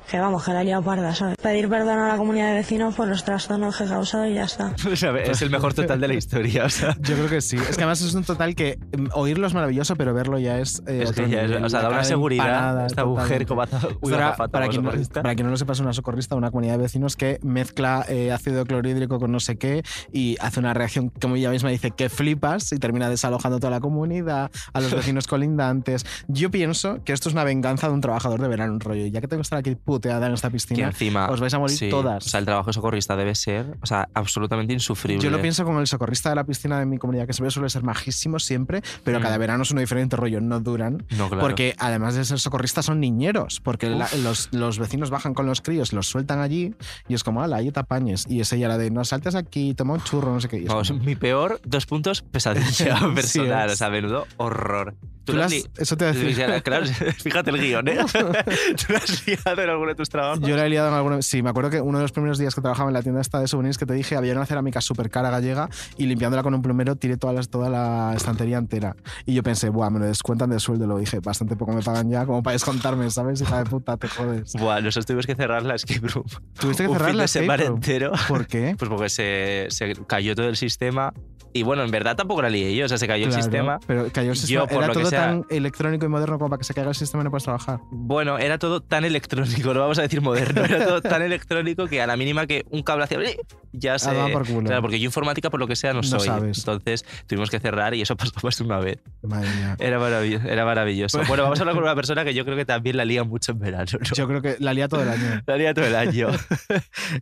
[SPEAKER 7] que vamos, que la he liado parda, ¿sabes? Pedir perdón a la comunidad de vecinos por los trastornos que he causado y ya está.
[SPEAKER 4] O sea, es el mejor total de la historia. o sea.
[SPEAKER 5] Yo creo que sí. Es que además es un total que mm, oírlo es maravilloso, pero verlo ya es. eh,
[SPEAKER 4] Es
[SPEAKER 5] otro
[SPEAKER 4] que ya, es-
[SPEAKER 5] nivel.
[SPEAKER 4] o sea,
[SPEAKER 5] La
[SPEAKER 4] da
[SPEAKER 5] cara
[SPEAKER 4] una
[SPEAKER 5] de
[SPEAKER 4] seguridad.
[SPEAKER 5] empanada,
[SPEAKER 4] esta
[SPEAKER 5] totalmente.
[SPEAKER 4] mujer cobaza. uy,
[SPEAKER 5] Para,
[SPEAKER 4] gafata,
[SPEAKER 5] para
[SPEAKER 4] o
[SPEAKER 5] quien no,
[SPEAKER 4] socorrista.
[SPEAKER 5] para quien no lo sepa, es una socorrista, una comunidad de vecinos que mezcla eh, ácido clorhídrico con no sé qué y hace una reacción, como ella misma dice, que flipas y termina desalojando a toda la comunidad, a los vecinos colindantes. Yo pienso que esto es una venganza de un trabajador de verano, un rollo. Ya que tengo que estar aquí puteada en esta
[SPEAKER 4] Que
[SPEAKER 5] piscina,
[SPEAKER 4] encima.
[SPEAKER 5] os vais a morir
[SPEAKER 4] sí,
[SPEAKER 5] todas.
[SPEAKER 4] O sea, el trabajo de socorrista debe ser, o sea, absolutamente insufrible.
[SPEAKER 5] Yo lo pienso como el socorrista de la piscina de mi comunidad, que siempre suele ser majísimo siempre, pero
[SPEAKER 4] Mm.
[SPEAKER 5] cada verano es uno diferente rollo, no duran.
[SPEAKER 4] No, claro.
[SPEAKER 5] Porque además de ser socorristas son niñeros, porque la-
[SPEAKER 4] Uf.
[SPEAKER 5] los, los vecinos bajan con los críos, los sueltan allí y es como, ala, ahí te apañes. Y es ella la de, no saltes aquí, toma un churro, no sé qué. Y es
[SPEAKER 4] Vamos,
[SPEAKER 5] como,
[SPEAKER 4] mi peor, dos puntos, pesadilla
[SPEAKER 5] Sí
[SPEAKER 4] personal.
[SPEAKER 5] es.
[SPEAKER 4] O sea, menudo horror.
[SPEAKER 5] Tú la has-
[SPEAKER 4] li-
[SPEAKER 5] eso te voy a decir.
[SPEAKER 4] Ya, Claro, fíjate el guión, ¿eh? Tú la has liado en alguno de tus trabajos.
[SPEAKER 5] Yo la he liado en alguna... Sí, me acuerdo que uno de los primeros días que trabajaba en la tienda esta de souvenirs que te dije, había una cerámica súper cara gallega y limpiándola con un plumero tiré toda la, toda la estantería entera. Y yo pensé, buah, me lo descuentan del sueldo. Lo dije, bastante poco me pagan ya como para descontarme, ¿sabes? Hija de puta, te jodes.
[SPEAKER 4] Buah, nosotros tuvimos que cerrar la escape room.
[SPEAKER 5] Tuviste que
[SPEAKER 4] Un
[SPEAKER 5] cerrar
[SPEAKER 4] fin
[SPEAKER 5] la
[SPEAKER 4] de
[SPEAKER 5] escape
[SPEAKER 4] semana
[SPEAKER 5] room?
[SPEAKER 4] entero.
[SPEAKER 5] ¿Por qué?
[SPEAKER 4] Pues porque se, se cayó todo el sistema. Y bueno, en verdad tampoco la lié yo, o sea, se cayó el
[SPEAKER 5] Claro,
[SPEAKER 4] sistema.
[SPEAKER 5] Pero cayó el
[SPEAKER 4] Yo,
[SPEAKER 5] sistema.
[SPEAKER 4] por
[SPEAKER 5] Era
[SPEAKER 4] lo que
[SPEAKER 5] todo
[SPEAKER 4] sea-
[SPEAKER 5] tan electrónico y moderno como para que se caiga el sistema y no puedas trabajar.
[SPEAKER 4] Bueno, era todo tan electrónico, no vamos a decir moderno, era todo tan electrónico que a la mínima que un cable hacía... ¡eh! Ya se...
[SPEAKER 5] va por culo.
[SPEAKER 4] Claro, porque yo informática por lo que sea no,
[SPEAKER 5] No
[SPEAKER 4] soy.
[SPEAKER 5] sabes.
[SPEAKER 4] Entonces tuvimos que cerrar y eso pasó más de una vez.
[SPEAKER 5] Madre mía.
[SPEAKER 4] Era maravilloso. Era maravilloso. Bueno, vamos a hablar con una persona que yo creo que también la lía mucho en verano. ¿no?
[SPEAKER 5] Yo creo que la lía todo el año.
[SPEAKER 4] La lía todo el año.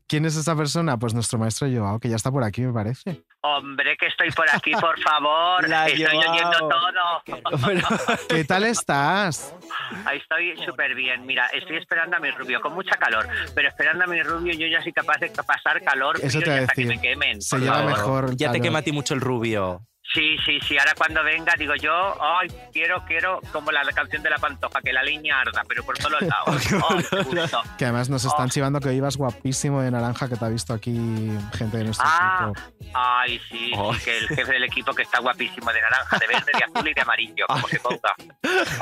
[SPEAKER 5] ¿Quién es esa persona? Pues nuestro maestro Joao, que ya está por aquí, me parece.
[SPEAKER 15] Hombre, que estoy por aquí, por favor.
[SPEAKER 4] La
[SPEAKER 15] estoy
[SPEAKER 4] llevao.
[SPEAKER 15] oyendo todo.
[SPEAKER 4] Bueno,
[SPEAKER 5] ¿Qué tal estás?
[SPEAKER 15] Ahí Estoy súper bien. Mira, estoy esperando a mi rubio con mucha calor, pero esperando a mi rubio yo ya soy capaz de pasar calor
[SPEAKER 5] Eso
[SPEAKER 15] frío,
[SPEAKER 5] te
[SPEAKER 15] y
[SPEAKER 5] voy a
[SPEAKER 15] hasta que
[SPEAKER 5] decir.
[SPEAKER 15] me quemen.
[SPEAKER 5] Se
[SPEAKER 15] por
[SPEAKER 5] lleva
[SPEAKER 15] favor.
[SPEAKER 5] mejor. el
[SPEAKER 4] ya te
[SPEAKER 5] calor.
[SPEAKER 4] quema a ti mucho el rubio.
[SPEAKER 15] Sí, sí, sí. Ahora cuando venga digo yo, ay, quiero, quiero, como la, canción de la pantoja, que la leña arda, pero por todos lados. Ay, qué gusto.
[SPEAKER 5] Que además nos
[SPEAKER 4] Ah.
[SPEAKER 5] están chivando que hoy ibas guapísimo de naranja, que te ha visto aquí gente de nuestro
[SPEAKER 15] Ah,
[SPEAKER 5] equipo.
[SPEAKER 15] ay, sí, sí, que el jefe del equipo que está guapísimo de naranja, de verde, de azul y de amarillo, como se ponga.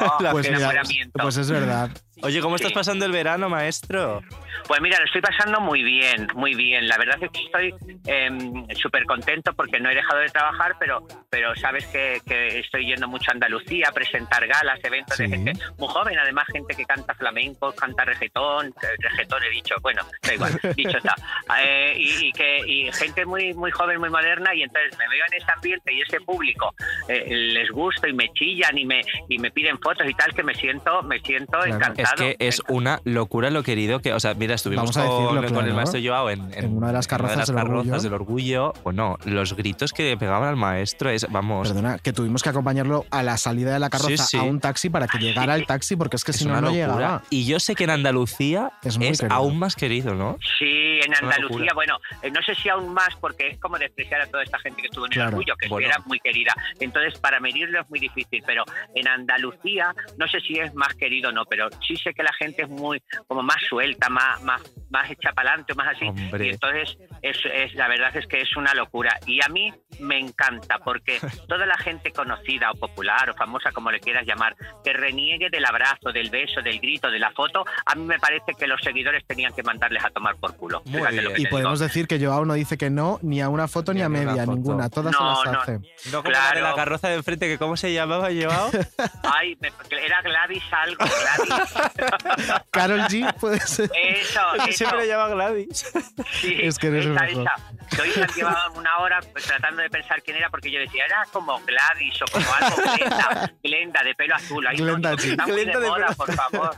[SPEAKER 15] Oh,
[SPEAKER 4] La
[SPEAKER 15] qué
[SPEAKER 5] Pues, mira,
[SPEAKER 15] enamoramiento.
[SPEAKER 5] pues es verdad.
[SPEAKER 4] Oye, ¿cómo estás
[SPEAKER 15] Sí.
[SPEAKER 4] pasando el verano, maestro?
[SPEAKER 15] Pues mira, lo estoy pasando muy bien, muy bien. La verdad es que estoy em, súper contento porque no he dejado de trabajar, pero, pero sabes que, que estoy yendo mucho a Andalucía a presentar galas, eventos de
[SPEAKER 5] Sí.
[SPEAKER 15] gente muy joven, además gente que canta flamenco, canta reggaetón, que reggaetón he dicho, bueno, da igual, dicho está. Eh, y, y que, y gente muy, muy joven, muy moderna, y entonces me veo en ese ambiente y ese público eh, les gusto y me chillan y me, y me piden fotos y tal, que me siento, me siento
[SPEAKER 5] Claro.
[SPEAKER 15] encantado.
[SPEAKER 4] Es que es una locura lo querido que, o sea, mira, estuvimos
[SPEAKER 5] Vamos a
[SPEAKER 4] con,
[SPEAKER 5] decirlo,
[SPEAKER 4] con
[SPEAKER 5] claro.
[SPEAKER 4] el maestro Joao en,
[SPEAKER 5] En una de las carrozas del orgullo.
[SPEAKER 4] carrozas del orgullo. Bueno, los gritos que le pegaban al maestro es, vamos,
[SPEAKER 5] Perdona, que tuvimos que acompañarlo a la salida de la carroza
[SPEAKER 4] Sí, sí.
[SPEAKER 5] a un taxi para que llegara el taxi, porque es que
[SPEAKER 4] es
[SPEAKER 5] si no,
[SPEAKER 4] una
[SPEAKER 5] no
[SPEAKER 4] locura.
[SPEAKER 5] llegaba.
[SPEAKER 4] Y yo sé que en Andalucía
[SPEAKER 5] Es
[SPEAKER 4] es,
[SPEAKER 5] muy querido.
[SPEAKER 4] aún más querido, ¿no?
[SPEAKER 15] Sí, en
[SPEAKER 4] Es una locura.
[SPEAKER 15] Andalucía, bueno, eh, no sé si aún más, porque es como despreciar a toda esta gente que estuvo en
[SPEAKER 5] Claro,
[SPEAKER 15] el orgullo, que sí
[SPEAKER 4] bueno.
[SPEAKER 15] era muy querida. Entonces, para medirlo es muy difícil, pero en Andalucía, no sé si es más querido o no, pero sí sé que la gente es muy, como más suelta, más, más, más hecha para adelante, más así.
[SPEAKER 4] Hombre.
[SPEAKER 15] Y entonces, es, es- la verdad es que es una locura. Y a mí me encanta, porque toda la gente conocida o popular o famosa, como le quieras llamar, que reniegue del abrazo, del beso, del grito, de la foto, a mí me parece que los seguidores tenían que mandarles a tomar por culo.
[SPEAKER 4] Muy
[SPEAKER 15] Fíjate lo
[SPEAKER 4] bien.
[SPEAKER 15] que
[SPEAKER 5] Y
[SPEAKER 15] te
[SPEAKER 5] podemos decir que Joao no dice que no ni a una foto ni,
[SPEAKER 4] Ni
[SPEAKER 5] a
[SPEAKER 4] a una
[SPEAKER 5] media,
[SPEAKER 4] foto.
[SPEAKER 5] ninguna. Todas
[SPEAKER 15] No,
[SPEAKER 5] se las
[SPEAKER 15] no.
[SPEAKER 5] hace.
[SPEAKER 4] No como la de la
[SPEAKER 15] Claro.
[SPEAKER 4] carroza de enfrente, que ¿cómo se llamaba Joao?
[SPEAKER 15] digo. Ay, me- era Gladys algo, Gladys.
[SPEAKER 5] Carol G puede ser.
[SPEAKER 15] Eso,
[SPEAKER 4] Que
[SPEAKER 15] eso.
[SPEAKER 4] Siempre la llama Gladys.
[SPEAKER 15] Sí,
[SPEAKER 5] Es que eres el
[SPEAKER 15] esa,
[SPEAKER 5] mejor.
[SPEAKER 15] esa. Que hoy se han llevado una hora pues, tratando de pensar quién era, porque yo decía, era como Gladys o como algo, Glenda, Glenda de pelo azul. Ay, no,
[SPEAKER 5] Glenda,
[SPEAKER 15] digo,
[SPEAKER 5] sí.
[SPEAKER 15] está muy
[SPEAKER 4] Glenda
[SPEAKER 15] de,
[SPEAKER 4] de
[SPEAKER 15] moda,
[SPEAKER 4] pelo
[SPEAKER 15] por favor.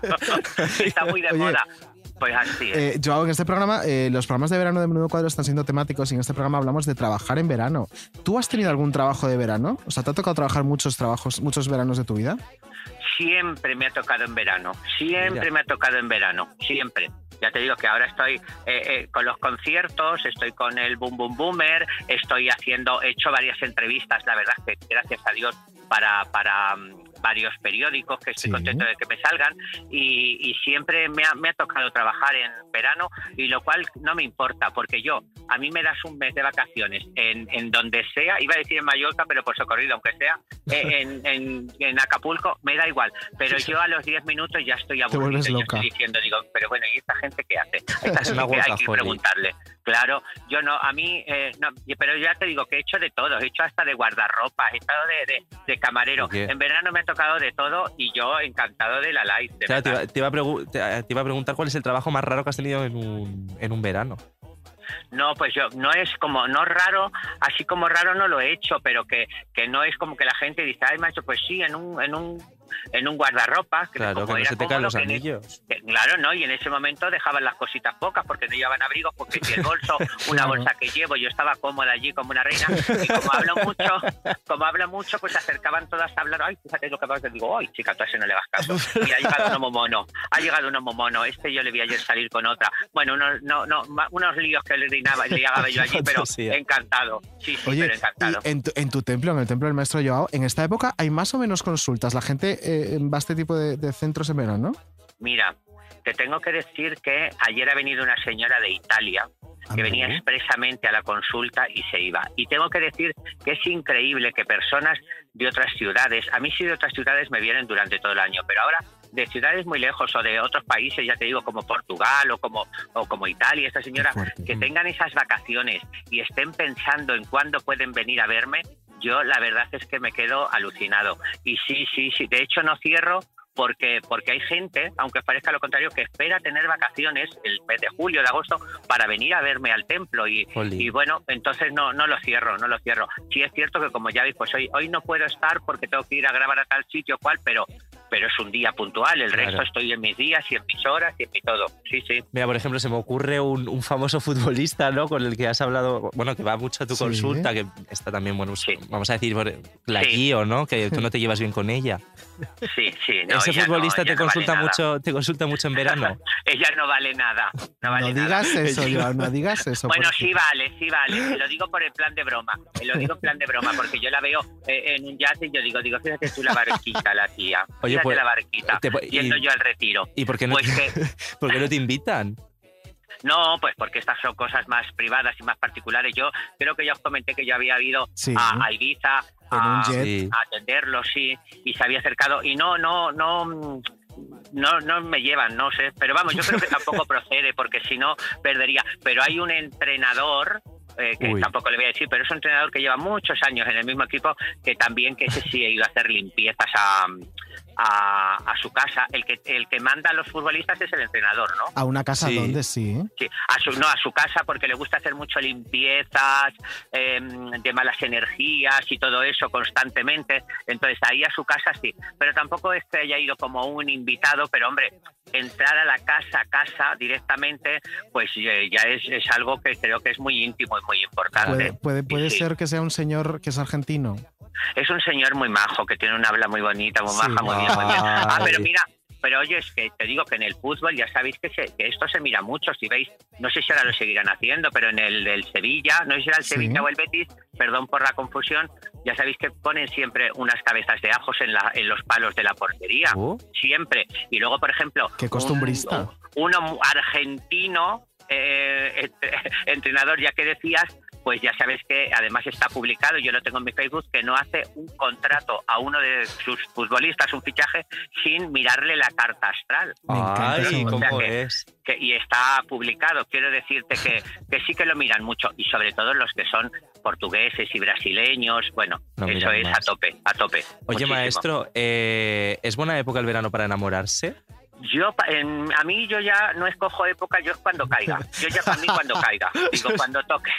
[SPEAKER 15] está muy de
[SPEAKER 5] Oye.
[SPEAKER 15] moda. Pues así es.
[SPEAKER 5] Eh, Joao, en este programa, eh, los programas de verano de Menudo Cuadro están siendo temáticos y en este programa hablamos de trabajar en verano. ¿Tú has tenido algún trabajo de verano? O sea, ¿te ha tocado trabajar muchos trabajos, muchos veranos de tu vida?
[SPEAKER 15] siempre me ha tocado en verano, siempre
[SPEAKER 4] Mira.
[SPEAKER 15] me ha tocado en verano, siempre. Ya te digo que ahora estoy eh, eh, con los conciertos, estoy con el Boom Boom Boomer, estoy haciendo, he hecho varias entrevistas, la verdad es que gracias a Dios, para, para, mm, varios periódicos que estoy contento de que me salgan y, y siempre me ha, me ha tocado trabajar en verano y lo cual no me importa porque yo, a mí me das un mes de vacaciones en, en donde sea, iba a decir en Mallorca, pero por socorrido aunque sea, eh, en, en, en Acapulco, me da igual, pero yo a los 10 minutos ya estoy aburrido,
[SPEAKER 5] vuelves
[SPEAKER 15] yo
[SPEAKER 5] loca.
[SPEAKER 15] estoy diciendo, digo, pero bueno, ¿y esta gente qué hace? A esta
[SPEAKER 4] Es
[SPEAKER 15] gente
[SPEAKER 4] una
[SPEAKER 15] hay que
[SPEAKER 4] workaholic.
[SPEAKER 15] preguntarle. Claro, yo no, a mí, eh, no, y- pero ya te digo que he hecho de todo, he hecho hasta de guardarropa, he estado de, de- de camarero.
[SPEAKER 4] Oye.
[SPEAKER 15] En verano me ha tocado de todo y yo encantado de la live. de
[SPEAKER 4] Claro, te,
[SPEAKER 15] verdad.
[SPEAKER 4] iba, te iba a pregu- te- te iba a preguntar cuál es el trabajo más raro que has tenido en un, en un verano.
[SPEAKER 15] No, pues yo, no es como, no raro, así como raro no lo he hecho, pero que, que no es como que la gente dice, ay, macho, pues sí, en un, en un, en un guardarropa. Que
[SPEAKER 4] Claro,
[SPEAKER 15] como
[SPEAKER 4] que no
[SPEAKER 15] era
[SPEAKER 4] se te caen
[SPEAKER 15] cómodo,
[SPEAKER 4] los
[SPEAKER 15] que en- este
[SPEAKER 4] anillos.
[SPEAKER 15] que- Claro, no, y en ese momento dejaban las cositas pocas porque no llevaban abrigos, porque si el bolso, una
[SPEAKER 4] Claro.
[SPEAKER 15] bolsa que llevo, yo estaba cómoda allí como una reina, y como hablo mucho, como hablo mucho, pues se acercaban todas a hablar, ay, fíjate lo que pasa, digo, ay, chica, tú a ese no le vas caso, y ha llegado un homo mono, ha llegado un homo mono, este yo le vi ayer salir con otra, bueno, unos, no, no, ma- unos líos que le dinaba, le llegaba yo allí, pero
[SPEAKER 5] Fantasía.
[SPEAKER 15] encantado, sí, sí,
[SPEAKER 5] Oye,
[SPEAKER 15] pero encantado.
[SPEAKER 5] y en, tu, en tu templo, en el templo del maestro Joao, en esta época hay más o menos consultas. La gente eh, va a este tipo de, de centros en verano.
[SPEAKER 15] Mira, te tengo que decir que ayer ha venido una señora de Italia que venía expresamente a la consulta y se iba. Y tengo que decir que es increíble que personas de otras ciudades, a mí sí de otras ciudades me vienen durante todo el año, pero ahora de ciudades muy lejos o de otros países, ya te digo, como Portugal o como, o como Italia, esta señora, que tengan esas vacaciones y estén pensando en cuándo pueden venir a verme, yo la verdad es que me quedo alucinado. Y sí, sí, sí, de hecho no cierro porque, porque hay gente, aunque os parezca lo contrario, que espera tener vacaciones el mes de julio, de agosto, para venir a verme al templo. Y,
[SPEAKER 4] Jolín.
[SPEAKER 15] y bueno, entonces no, no lo cierro, no lo cierro. Sí es cierto que como ya veis, pues hoy, hoy no puedo estar porque tengo que ir a grabar a tal sitio cual, pero, pero es un día puntual, el
[SPEAKER 4] Claro.
[SPEAKER 15] resto estoy en mis días y en mis horas y en mi todo. Sí, sí.
[SPEAKER 4] Mira, por ejemplo, se me ocurre un, un famoso futbolista, ¿no? Con el que has hablado, bueno, que va mucho a tu
[SPEAKER 5] Sí.
[SPEAKER 4] consulta, que está también, bueno, pues, vamos a decir, por- la guío, ¿no? Que tú no te llevas bien con ella.
[SPEAKER 15] Sí, sí. no,
[SPEAKER 4] Ese
[SPEAKER 15] ya no,
[SPEAKER 4] futbolista
[SPEAKER 15] ya
[SPEAKER 4] te
[SPEAKER 15] no vale
[SPEAKER 4] consulta
[SPEAKER 15] nada.
[SPEAKER 4] mucho, te consulta mucho en verano.
[SPEAKER 15] Ella no vale nada. No, vale
[SPEAKER 5] No
[SPEAKER 15] nada.
[SPEAKER 5] digas eso, Joao, no digas eso.
[SPEAKER 15] Bueno,
[SPEAKER 5] porque-
[SPEAKER 15] sí vale, sí vale. Te lo digo por el plan de broma. Te lo digo en plan de broma, porque yo la veo eh, en un yate y yo digo, digo, fíjate tú la barquita, la tía. Fíjate
[SPEAKER 4] Oye, pues,
[SPEAKER 15] la barquita.
[SPEAKER 4] te po- y-
[SPEAKER 15] Yendo yo al retiro.
[SPEAKER 4] ¿Y por qué no,
[SPEAKER 15] Pues
[SPEAKER 4] te, por qué no te invitan?
[SPEAKER 15] No, pues porque estas son cosas más privadas y más particulares. Yo creo que ya os comenté que yo había ido
[SPEAKER 4] Sí.
[SPEAKER 15] a, a Ibiza
[SPEAKER 4] En un
[SPEAKER 15] a,
[SPEAKER 4] jet.
[SPEAKER 15] a atenderlo, sí, y se había acercado. Y no, no, no. mm, No, no me llevan, no sé, pero vamos, yo creo que tampoco procede porque si no perdería. Pero hay un entrenador, eh, que
[SPEAKER 4] Uy.
[SPEAKER 15] tampoco le voy a decir, pero es un entrenador que lleva muchos años en el mismo equipo, que también que ese sí ha ido a hacer limpiezas a, a, a su casa. El que, el que manda a los futbolistas es el entrenador, ¿no?
[SPEAKER 5] A una casa
[SPEAKER 15] Sí.
[SPEAKER 5] donde sí. ¿eh?
[SPEAKER 15] Sí, a su, no, a su casa porque le gusta hacer mucho limpiezas eh, de malas energías y todo eso constantemente. Entonces ahí a su casa sí. Pero tampoco es que haya ido como un invitado, pero hombre, entrar a la casa, casa directamente, pues eh, ya es, es algo que creo que es muy íntimo y muy importante.
[SPEAKER 5] Puede, puede, puede
[SPEAKER 15] Sí, sí.
[SPEAKER 5] ser que sea un señor que es argentino.
[SPEAKER 15] Es un señor muy majo, que tiene un habla muy bonita, muy
[SPEAKER 5] Sí.
[SPEAKER 15] maja, muy bien, muy bien. Ah,
[SPEAKER 5] Ay.
[SPEAKER 15] pero mira, pero oye, es que te digo que en el fútbol ya sabéis que, se- que esto se mira mucho, si veis, no sé si ahora lo seguirán haciendo, pero en el del Sevilla, no sé si era el
[SPEAKER 5] Sí.
[SPEAKER 15] Sevilla o el Betis, perdón por la confusión, ya sabéis que ponen siempre unas cabezas de ajos en, la, en los palos de la portería,
[SPEAKER 5] Oh.
[SPEAKER 15] siempre. Y luego, por ejemplo...
[SPEAKER 5] Qué
[SPEAKER 15] un-
[SPEAKER 5] costumbrista.
[SPEAKER 15] uno mu- argentino eh, entre- entrenador, ya que decías, pues ya sabes que además está publicado, yo lo tengo en mi Facebook, que no hace un contrato a uno de sus futbolistas, un fichaje, sin mirarle la carta astral.
[SPEAKER 5] Me encanta ese
[SPEAKER 4] Ay,
[SPEAKER 5] momento.
[SPEAKER 15] O
[SPEAKER 4] ¿cómo
[SPEAKER 15] sea que-
[SPEAKER 4] es?
[SPEAKER 15] que- y está publicado. Quiero decirte que, que sí que lo miran mucho y sobre todo los que son portugueses y brasileños. Bueno,
[SPEAKER 4] Lo
[SPEAKER 15] eso
[SPEAKER 4] miran
[SPEAKER 15] es
[SPEAKER 4] más.
[SPEAKER 15] a tope, a tope.
[SPEAKER 4] Oye,
[SPEAKER 15] Muchísimo.
[SPEAKER 4] maestro, eh, ¿es buena época el verano para enamorarse?
[SPEAKER 15] Yo, pa- en- a mí yo ya no escojo época, yo es cuando caiga. Yo ya para mí cuando caiga, digo cuando toque.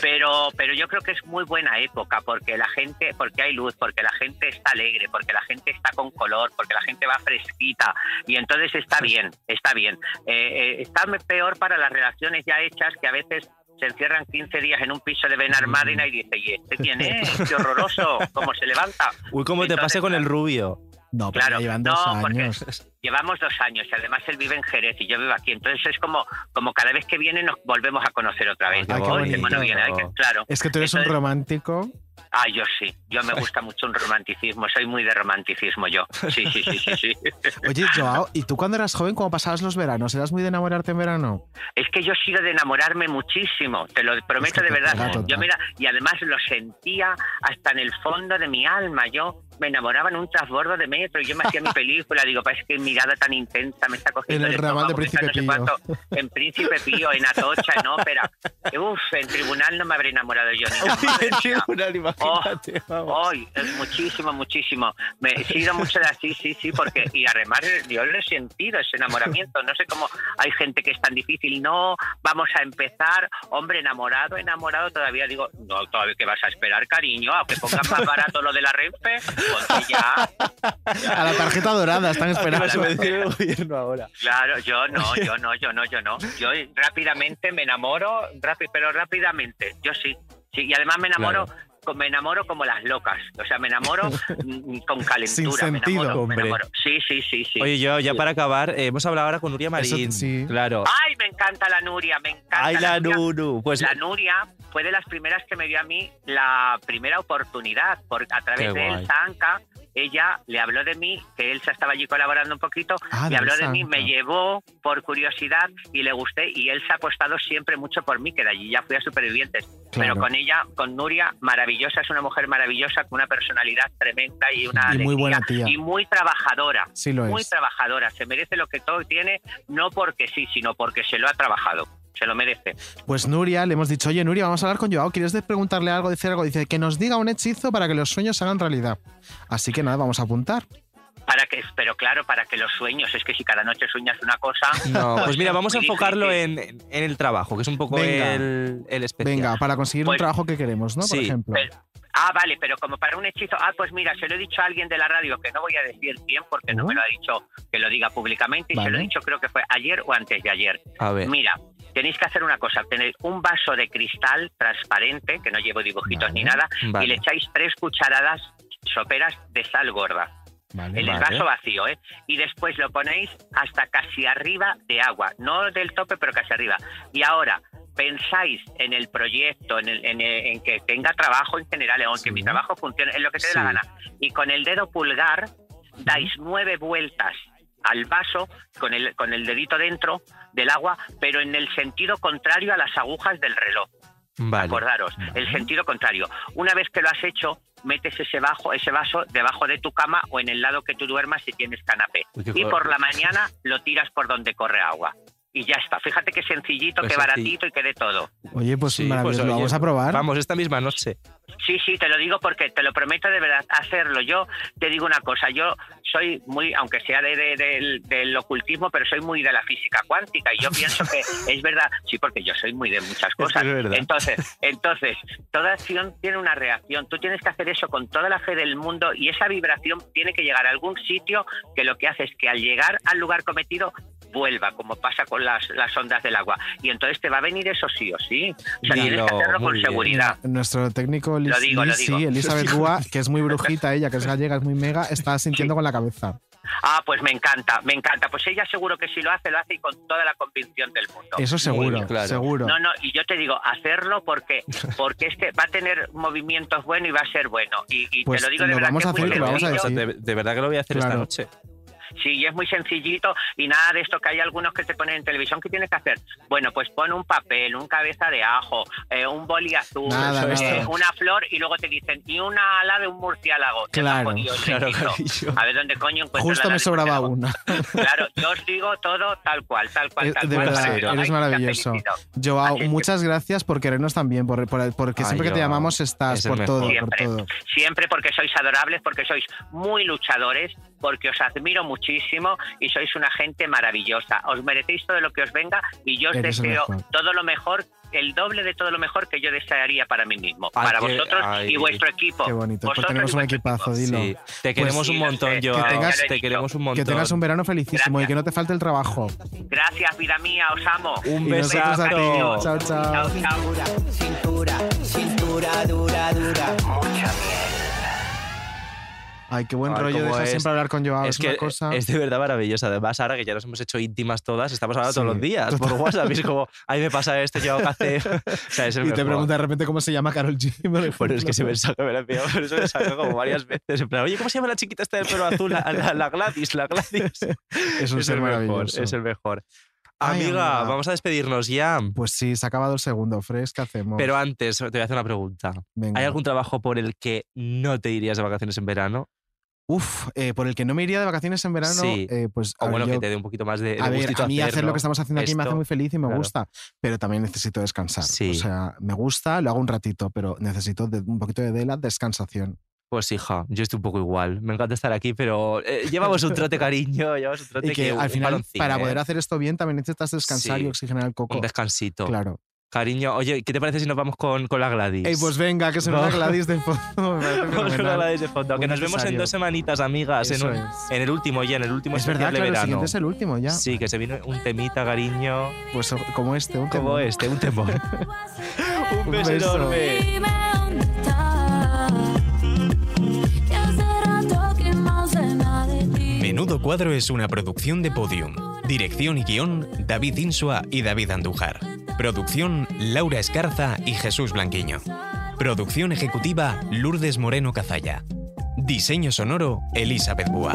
[SPEAKER 15] Pero, pero yo creo que es muy buena época porque la gente, porque hay luz, porque la gente está alegre, porque la gente está con color, porque la gente va fresquita y entonces está bien, está bien. Eh, eh, está me- peor para las relaciones ya hechas que a veces se encierran 15 días en un piso de Benalmádena y dice, ¿y este quién es? ¡Qué horroroso! ¿Cómo se levanta?
[SPEAKER 4] Uy, cómo te
[SPEAKER 15] Entonces,
[SPEAKER 4] pase con el rubio.
[SPEAKER 5] No, pero
[SPEAKER 15] Claro,
[SPEAKER 5] llevan
[SPEAKER 15] no,
[SPEAKER 5] dos
[SPEAKER 15] porque-
[SPEAKER 5] años.
[SPEAKER 15] llevamos dos años y además él vive en Jerez y yo vivo aquí. Entonces es como, como cada vez que viene nos volvemos a conocer otra vez.
[SPEAKER 5] Ay, Ah, qué
[SPEAKER 15] ¿no? Dice,
[SPEAKER 5] bonito.
[SPEAKER 15] bueno, viene, ay, que- claro.
[SPEAKER 5] Es que tú eres un
[SPEAKER 15] Entonces-
[SPEAKER 5] romántico.
[SPEAKER 15] Ah, yo sí. Yo me gusta mucho un romanticismo. Soy muy de romanticismo yo. Sí, sí, sí, sí. sí.
[SPEAKER 5] Oye, Joao, ¿y tú cuando eras joven, cómo pasabas los veranos? ¿Eras muy de enamorarte en verano?
[SPEAKER 15] Es que yo he sido de enamorarme muchísimo, te lo prometo
[SPEAKER 5] te
[SPEAKER 15] de
[SPEAKER 5] pega
[SPEAKER 15] verdad.
[SPEAKER 5] total.
[SPEAKER 15] Yo mira, y además lo sentía hasta en el fondo de mi alma. Yo me enamoraba en un transbordo de metro y yo me hacía mi película. Digo, "Pa, es que mirada tan intensa me está cogiendo.
[SPEAKER 5] En el
[SPEAKER 15] estómago,
[SPEAKER 5] ramal de
[SPEAKER 15] me está
[SPEAKER 5] Príncipe
[SPEAKER 15] no sé
[SPEAKER 5] Pío.
[SPEAKER 15] cuánto". en Príncipe Pío, en Atocha, en Ópera. Uf, en tribunal no me habré enamorado yo ni nada.
[SPEAKER 4] imagínate,
[SPEAKER 15] Hoy, es muchísimo, muchísimo. Me he sido mucho de así, sí, sí, porque. Y además, yo lo he sentido, ese enamoramiento. No sé cómo hay gente que es tan difícil. No, vamos a empezar. Hombre, enamorado, enamorado, todavía digo, no, todavía que vas a esperar, cariño, a que pongan más barato lo de la Renfe. Ponte ya.
[SPEAKER 5] A la tarjeta dorada, están esperando.
[SPEAKER 15] Claro,
[SPEAKER 4] el gobierno ahora.
[SPEAKER 15] Claro, yo no, yo no, yo no, yo no. Yo rápidamente me enamoro, rápi- pero rápidamente, yo sí. sí. Y además me enamoro, co- me enamoro como las locas. O sea, me enamoro mm, con calentura. me
[SPEAKER 4] sentido,
[SPEAKER 15] enamoro, me
[SPEAKER 4] hombre.
[SPEAKER 15] enamoro. Sí, sí, sí, sí.
[SPEAKER 4] Oye, yo, ya para acabar, eh, hemos hablado ahora con Nuria Marín. Claro.
[SPEAKER 15] Ay, me encanta la Nuria, me encanta.
[SPEAKER 4] Ay, la
[SPEAKER 15] Nuria.
[SPEAKER 4] Nuru. Pues
[SPEAKER 15] la Nuria fue de las primeras que me dio a mí la primera oportunidad, porque a través
[SPEAKER 4] Qué
[SPEAKER 15] de
[SPEAKER 4] guay.
[SPEAKER 15] Elsa Anca, ella le habló de mí, que Elsa estaba allí colaborando un poquito,
[SPEAKER 4] Ah,
[SPEAKER 15] le
[SPEAKER 4] de
[SPEAKER 15] habló de
[SPEAKER 4] Elsa
[SPEAKER 15] mí, me
[SPEAKER 4] Anca.
[SPEAKER 15] llevó por curiosidad y le gusté, y Elsa ha apostado siempre mucho por mí, que de allí ya fui a Supervivientes.
[SPEAKER 5] Claro.
[SPEAKER 15] Pero con ella, con Nuria, maravillosa, es una mujer maravillosa, con una personalidad tremenda y una
[SPEAKER 5] Y muy
[SPEAKER 15] alegría,
[SPEAKER 5] buena tía. Pues.
[SPEAKER 15] y muy trabajadora.
[SPEAKER 5] Sí lo
[SPEAKER 15] muy
[SPEAKER 5] es.
[SPEAKER 15] trabajadora, se merece lo que todo tiene, no porque sí, sino porque se lo ha trabajado. Se lo merece.
[SPEAKER 5] Pues Nuria, le hemos dicho, oye Nuria, vamos a hablar con Joao, ¿quieres de- preguntarle algo, decir algo? Dice, que nos diga un hechizo para que los sueños se hagan realidad. Así que nada, vamos a apuntar.
[SPEAKER 15] Para que, pero claro, para que los sueños, es que si cada noche sueñas una cosa.
[SPEAKER 4] No, pues mira,
[SPEAKER 15] es
[SPEAKER 4] vamos a
[SPEAKER 15] muy
[SPEAKER 4] enfocarlo
[SPEAKER 15] difícil.
[SPEAKER 4] en, en el trabajo, que es un poco
[SPEAKER 5] Venga.
[SPEAKER 4] el, el especial.
[SPEAKER 5] Venga, para conseguir un
[SPEAKER 15] Pues-
[SPEAKER 5] trabajo que queremos, ¿no? Por
[SPEAKER 4] Sí,
[SPEAKER 5] ejemplo.
[SPEAKER 15] Pero- ah, vale, pero como para un hechizo. Ah, pues mira, se lo he dicho a alguien de la radio, que no voy a decir quién, porque no me lo ha dicho que lo diga públicamente, y se
[SPEAKER 4] Vale.
[SPEAKER 15] lo he dicho creo que fue ayer o antes de ayer.
[SPEAKER 4] A ver.
[SPEAKER 15] Mira, tenéis que hacer una cosa, tenéis un vaso de cristal transparente, que no llevo dibujitos ni nada,
[SPEAKER 4] vale.
[SPEAKER 15] y le echáis tres cucharadas soperas de sal gorda. en el
[SPEAKER 4] vale.
[SPEAKER 15] vaso vacío, ¿eh? Y después lo ponéis hasta casi arriba de agua, no del tope, pero casi arriba. Y ahora pensáis en el proyecto, en, el- en el- en que tenga trabajo en general, en que mi trabajo funcione, en lo que te dé la
[SPEAKER 16] Sí.
[SPEAKER 15] gana. Y con el dedo pulgar dais nueve vueltas al vaso con el, con el dedito dentro del agua, pero en el sentido contrario a las agujas del reloj.
[SPEAKER 4] Vale.
[SPEAKER 15] Acordaros, el sentido contrario. Una vez que lo has hecho, metes ese, bajo, ese vaso debajo de tu cama o en el lado que tú duermas si tienes canapé.
[SPEAKER 4] Uy, qué
[SPEAKER 15] Y
[SPEAKER 4] joder.
[SPEAKER 15] por la mañana lo tiras por donde corre agua. Y ya está. Fíjate qué sencillito,
[SPEAKER 4] Pues
[SPEAKER 15] qué
[SPEAKER 4] aquí-
[SPEAKER 15] baratito y qué de todo.
[SPEAKER 5] Oye, pues
[SPEAKER 4] Sí,
[SPEAKER 5] maravilloso,
[SPEAKER 4] pues,
[SPEAKER 5] lo
[SPEAKER 4] oye,
[SPEAKER 5] vamos a probar.
[SPEAKER 4] Vamos, esta misma noche.
[SPEAKER 15] Sí, sí, te lo digo porque te lo prometo de verdad hacerlo. Yo te digo una cosa, yo soy muy, aunque sea de, de- del- del ocultismo, pero soy muy de la física cuántica y yo pienso que es verdad, sí, porque yo soy muy de muchas cosas.
[SPEAKER 4] es verdad.
[SPEAKER 15] Entonces, entonces, toda acción tiene una reacción. Tú tienes que hacer eso con toda la fe del mundo y esa vibración tiene que llegar a algún sitio que lo que hace es que al llegar al lugar cometido vuelva, como pasa con las, las ondas del agua. Y entonces te va a venir eso sí o sí. O sea, tienes
[SPEAKER 5] Dilo,
[SPEAKER 15] que hacerlo
[SPEAKER 5] muy
[SPEAKER 15] con
[SPEAKER 5] bien.
[SPEAKER 15] seguridad.
[SPEAKER 5] Nuestro técnico Liz,
[SPEAKER 15] Lo digo, lo
[SPEAKER 5] Liz-
[SPEAKER 15] digo.
[SPEAKER 5] sí, Elizabeth Bua, que es muy brujita ella, que es gallega, es muy mega, está sintiendo con la cabeza.
[SPEAKER 15] Ah, pues me encanta, me encanta. Pues ella seguro que si lo hace, lo hace y con toda la convicción del mundo.
[SPEAKER 5] Eso seguro,
[SPEAKER 15] Muy
[SPEAKER 5] claro. seguro.
[SPEAKER 15] No, no, y yo te digo, hacerlo porque porque este va a tener movimientos buenos y va a ser bueno. Y, y
[SPEAKER 4] Pues
[SPEAKER 15] te lo digo de
[SPEAKER 4] lo
[SPEAKER 15] verdad
[SPEAKER 4] vamos
[SPEAKER 15] que
[SPEAKER 4] a
[SPEAKER 15] es muy
[SPEAKER 4] hacer y lo vamos a
[SPEAKER 15] sencillo.
[SPEAKER 4] decir. De- de verdad que lo voy a hacer esta noche.
[SPEAKER 15] Sí, y es muy sencillito y nada de esto que hay algunos que te ponen en televisión que tienes que hacer. Bueno, pues pon un papel, un cabeza de ajo, eh, un boli azul,
[SPEAKER 5] Nada,
[SPEAKER 15] eh,
[SPEAKER 5] nada.
[SPEAKER 15] una flor y luego te dicen y una ala de un murciélago. Te
[SPEAKER 5] Claro,
[SPEAKER 15] has jodido el
[SPEAKER 5] claro,
[SPEAKER 15] sentido.
[SPEAKER 5] cariño.
[SPEAKER 15] A ver dónde coño encuentro
[SPEAKER 5] Justo
[SPEAKER 15] pues la ala
[SPEAKER 5] me
[SPEAKER 15] de un
[SPEAKER 5] sobraba una.
[SPEAKER 15] Claro, yo os digo todo tal cual, tal cual,
[SPEAKER 5] Eh,
[SPEAKER 15] tal
[SPEAKER 5] De
[SPEAKER 15] cual. para
[SPEAKER 5] verdad,
[SPEAKER 15] que lo hagáis
[SPEAKER 5] eres
[SPEAKER 15] y te
[SPEAKER 5] maravilloso.
[SPEAKER 15] felicito.
[SPEAKER 5] Joao, muchas gracias por querernos también, por, por- porque
[SPEAKER 4] Ay,
[SPEAKER 5] siempre que te
[SPEAKER 4] Joao,
[SPEAKER 5] llamamos estás
[SPEAKER 4] es el
[SPEAKER 5] por todo, por
[SPEAKER 15] Siempre,
[SPEAKER 5] todo.
[SPEAKER 15] siempre porque sois adorables, porque sois muy luchadores, porque os admiro muchísimo y sois una gente maravillosa. Os merecéis todo lo que os venga y yo os
[SPEAKER 4] Eres el
[SPEAKER 15] deseo
[SPEAKER 4] mejor.
[SPEAKER 15] todo lo mejor, el doble de todo lo mejor que yo desearía para mí mismo,
[SPEAKER 4] Ay,
[SPEAKER 15] para
[SPEAKER 4] qué-
[SPEAKER 15] vosotros
[SPEAKER 4] ay.
[SPEAKER 15] y vuestro equipo.
[SPEAKER 5] Qué bonito. Pues
[SPEAKER 15] Vosotros
[SPEAKER 5] tenemos
[SPEAKER 15] y
[SPEAKER 5] un
[SPEAKER 15] vuestro
[SPEAKER 5] equipazo, dilo.
[SPEAKER 4] Sí. Te
[SPEAKER 5] Pues
[SPEAKER 4] queremos un
[SPEAKER 5] sí,
[SPEAKER 4] montón,
[SPEAKER 5] que
[SPEAKER 4] Joao.
[SPEAKER 5] tengas-
[SPEAKER 4] te queremos un montón.
[SPEAKER 5] Que tengas un verano felicísimo y que no te falte el trabajo.
[SPEAKER 15] equipo. Gracias, vida mía, os amo.
[SPEAKER 5] Un Y besazo. nosotros a ti.
[SPEAKER 15] Cariño.
[SPEAKER 5] Chao, chao.
[SPEAKER 15] chao.
[SPEAKER 17] Cintura, cintura dura, dura. Mucha miel.
[SPEAKER 5] Ay, qué buen
[SPEAKER 4] Ay,
[SPEAKER 5] rollo
[SPEAKER 4] cómo
[SPEAKER 5] deja
[SPEAKER 4] es.
[SPEAKER 5] siempre hablar con Joao. Es,
[SPEAKER 4] es que
[SPEAKER 5] una cosa.
[SPEAKER 4] es de verdad maravilloso. Además, ahora que ya nos hemos hecho íntimas todas, estamos hablando
[SPEAKER 5] Sí,
[SPEAKER 4] todos los días por
[SPEAKER 5] total.
[SPEAKER 4] WhatsApp. y es como, ahí me pasa esto, yo hago hace. o sea, es el
[SPEAKER 5] y te
[SPEAKER 4] mejor.
[SPEAKER 5] pregunta de repente cómo se llama Carol G.
[SPEAKER 4] Bueno, es que ese mensaje me lo ha enviado, por eso me sacó como varias veces. En plan, oye, ¿cómo se llama la chiquita esta del pelo azul? La, la- la Gladys, la Gladys.
[SPEAKER 5] un ser
[SPEAKER 4] el mejor,
[SPEAKER 5] maravilloso.
[SPEAKER 4] es el mejor.
[SPEAKER 5] Ay,
[SPEAKER 4] Amiga,
[SPEAKER 5] amiga.
[SPEAKER 4] vamos a despedirnos ya.
[SPEAKER 5] Pues sí, se ha acabado el segundo. Fres, ¿qué hacemos?
[SPEAKER 4] Pero antes, te voy a hacer una pregunta.
[SPEAKER 5] Venga.
[SPEAKER 4] ¿Hay algún trabajo por el que no te irías de vacaciones en verano?
[SPEAKER 5] Uf, eh, por el que no me iría de vacaciones en verano,
[SPEAKER 4] sí.
[SPEAKER 5] eh, pues.
[SPEAKER 4] o
[SPEAKER 5] a ver,
[SPEAKER 4] bueno,
[SPEAKER 5] yo-
[SPEAKER 4] que te dé un poquito más de, de
[SPEAKER 5] a ver,
[SPEAKER 4] gustito
[SPEAKER 5] a mí hacer lo
[SPEAKER 4] hacerlo,
[SPEAKER 5] que estamos haciendo aquí me hace
[SPEAKER 4] esto.
[SPEAKER 5] muy feliz y me
[SPEAKER 4] claro.
[SPEAKER 5] gusta, pero también necesito descansar. O
[SPEAKER 4] Sí.
[SPEAKER 5] sea, me gusta, lo hago un ratito, pero necesito de- un poquito de, de la descansación.
[SPEAKER 4] Pues hija, yo estoy un poco igual. Me encanta estar aquí, pero eh, llevamos un trote, cariño, llevamos un trote
[SPEAKER 5] Y que
[SPEAKER 4] un
[SPEAKER 5] al final,
[SPEAKER 4] baloncín,
[SPEAKER 5] para
[SPEAKER 4] ¿eh?
[SPEAKER 5] poder hacer esto bien, también necesitas descansar
[SPEAKER 4] Sí.
[SPEAKER 5] y oxigenar el coco.
[SPEAKER 4] un descansito.
[SPEAKER 5] Claro.
[SPEAKER 4] Cariño, oye, ¿qué te parece si nos vamos con, con la Gladys?
[SPEAKER 5] Ey, pues venga, que se nos da
[SPEAKER 4] Vamos.
[SPEAKER 5] Gladys de fondo. me parece
[SPEAKER 4] Vamos con la
[SPEAKER 5] fenomenal.
[SPEAKER 4] Gladys de fondo. Que
[SPEAKER 5] Muy
[SPEAKER 4] nos vemos en
[SPEAKER 5] necesario.
[SPEAKER 4] dos semanitas, amigas. En,
[SPEAKER 5] Eso
[SPEAKER 4] un-
[SPEAKER 5] es.
[SPEAKER 4] en el último ya, en el último
[SPEAKER 5] Es verdad,
[SPEAKER 4] especial de
[SPEAKER 5] claro, el
[SPEAKER 4] verano.
[SPEAKER 5] siguiente es el último ya.
[SPEAKER 4] Sí, que se viene un temita, cariño.
[SPEAKER 5] Pues como este, un
[SPEAKER 4] Como
[SPEAKER 5] temón.
[SPEAKER 4] este, un temor. un beso,
[SPEAKER 5] beso.
[SPEAKER 4] enorme.
[SPEAKER 6] Dime dónde estás. Que hace rato que no sé nada de ti.
[SPEAKER 14] Menudo Cuadro es una producción de Podium. Dirección y guión, David Insua y David Andújar. Producción, Laura Escarza y Jesús Blanquiño. Producción ejecutiva, Lourdes Moreno Cazalla. Diseño sonoro, Elizabeth Búa.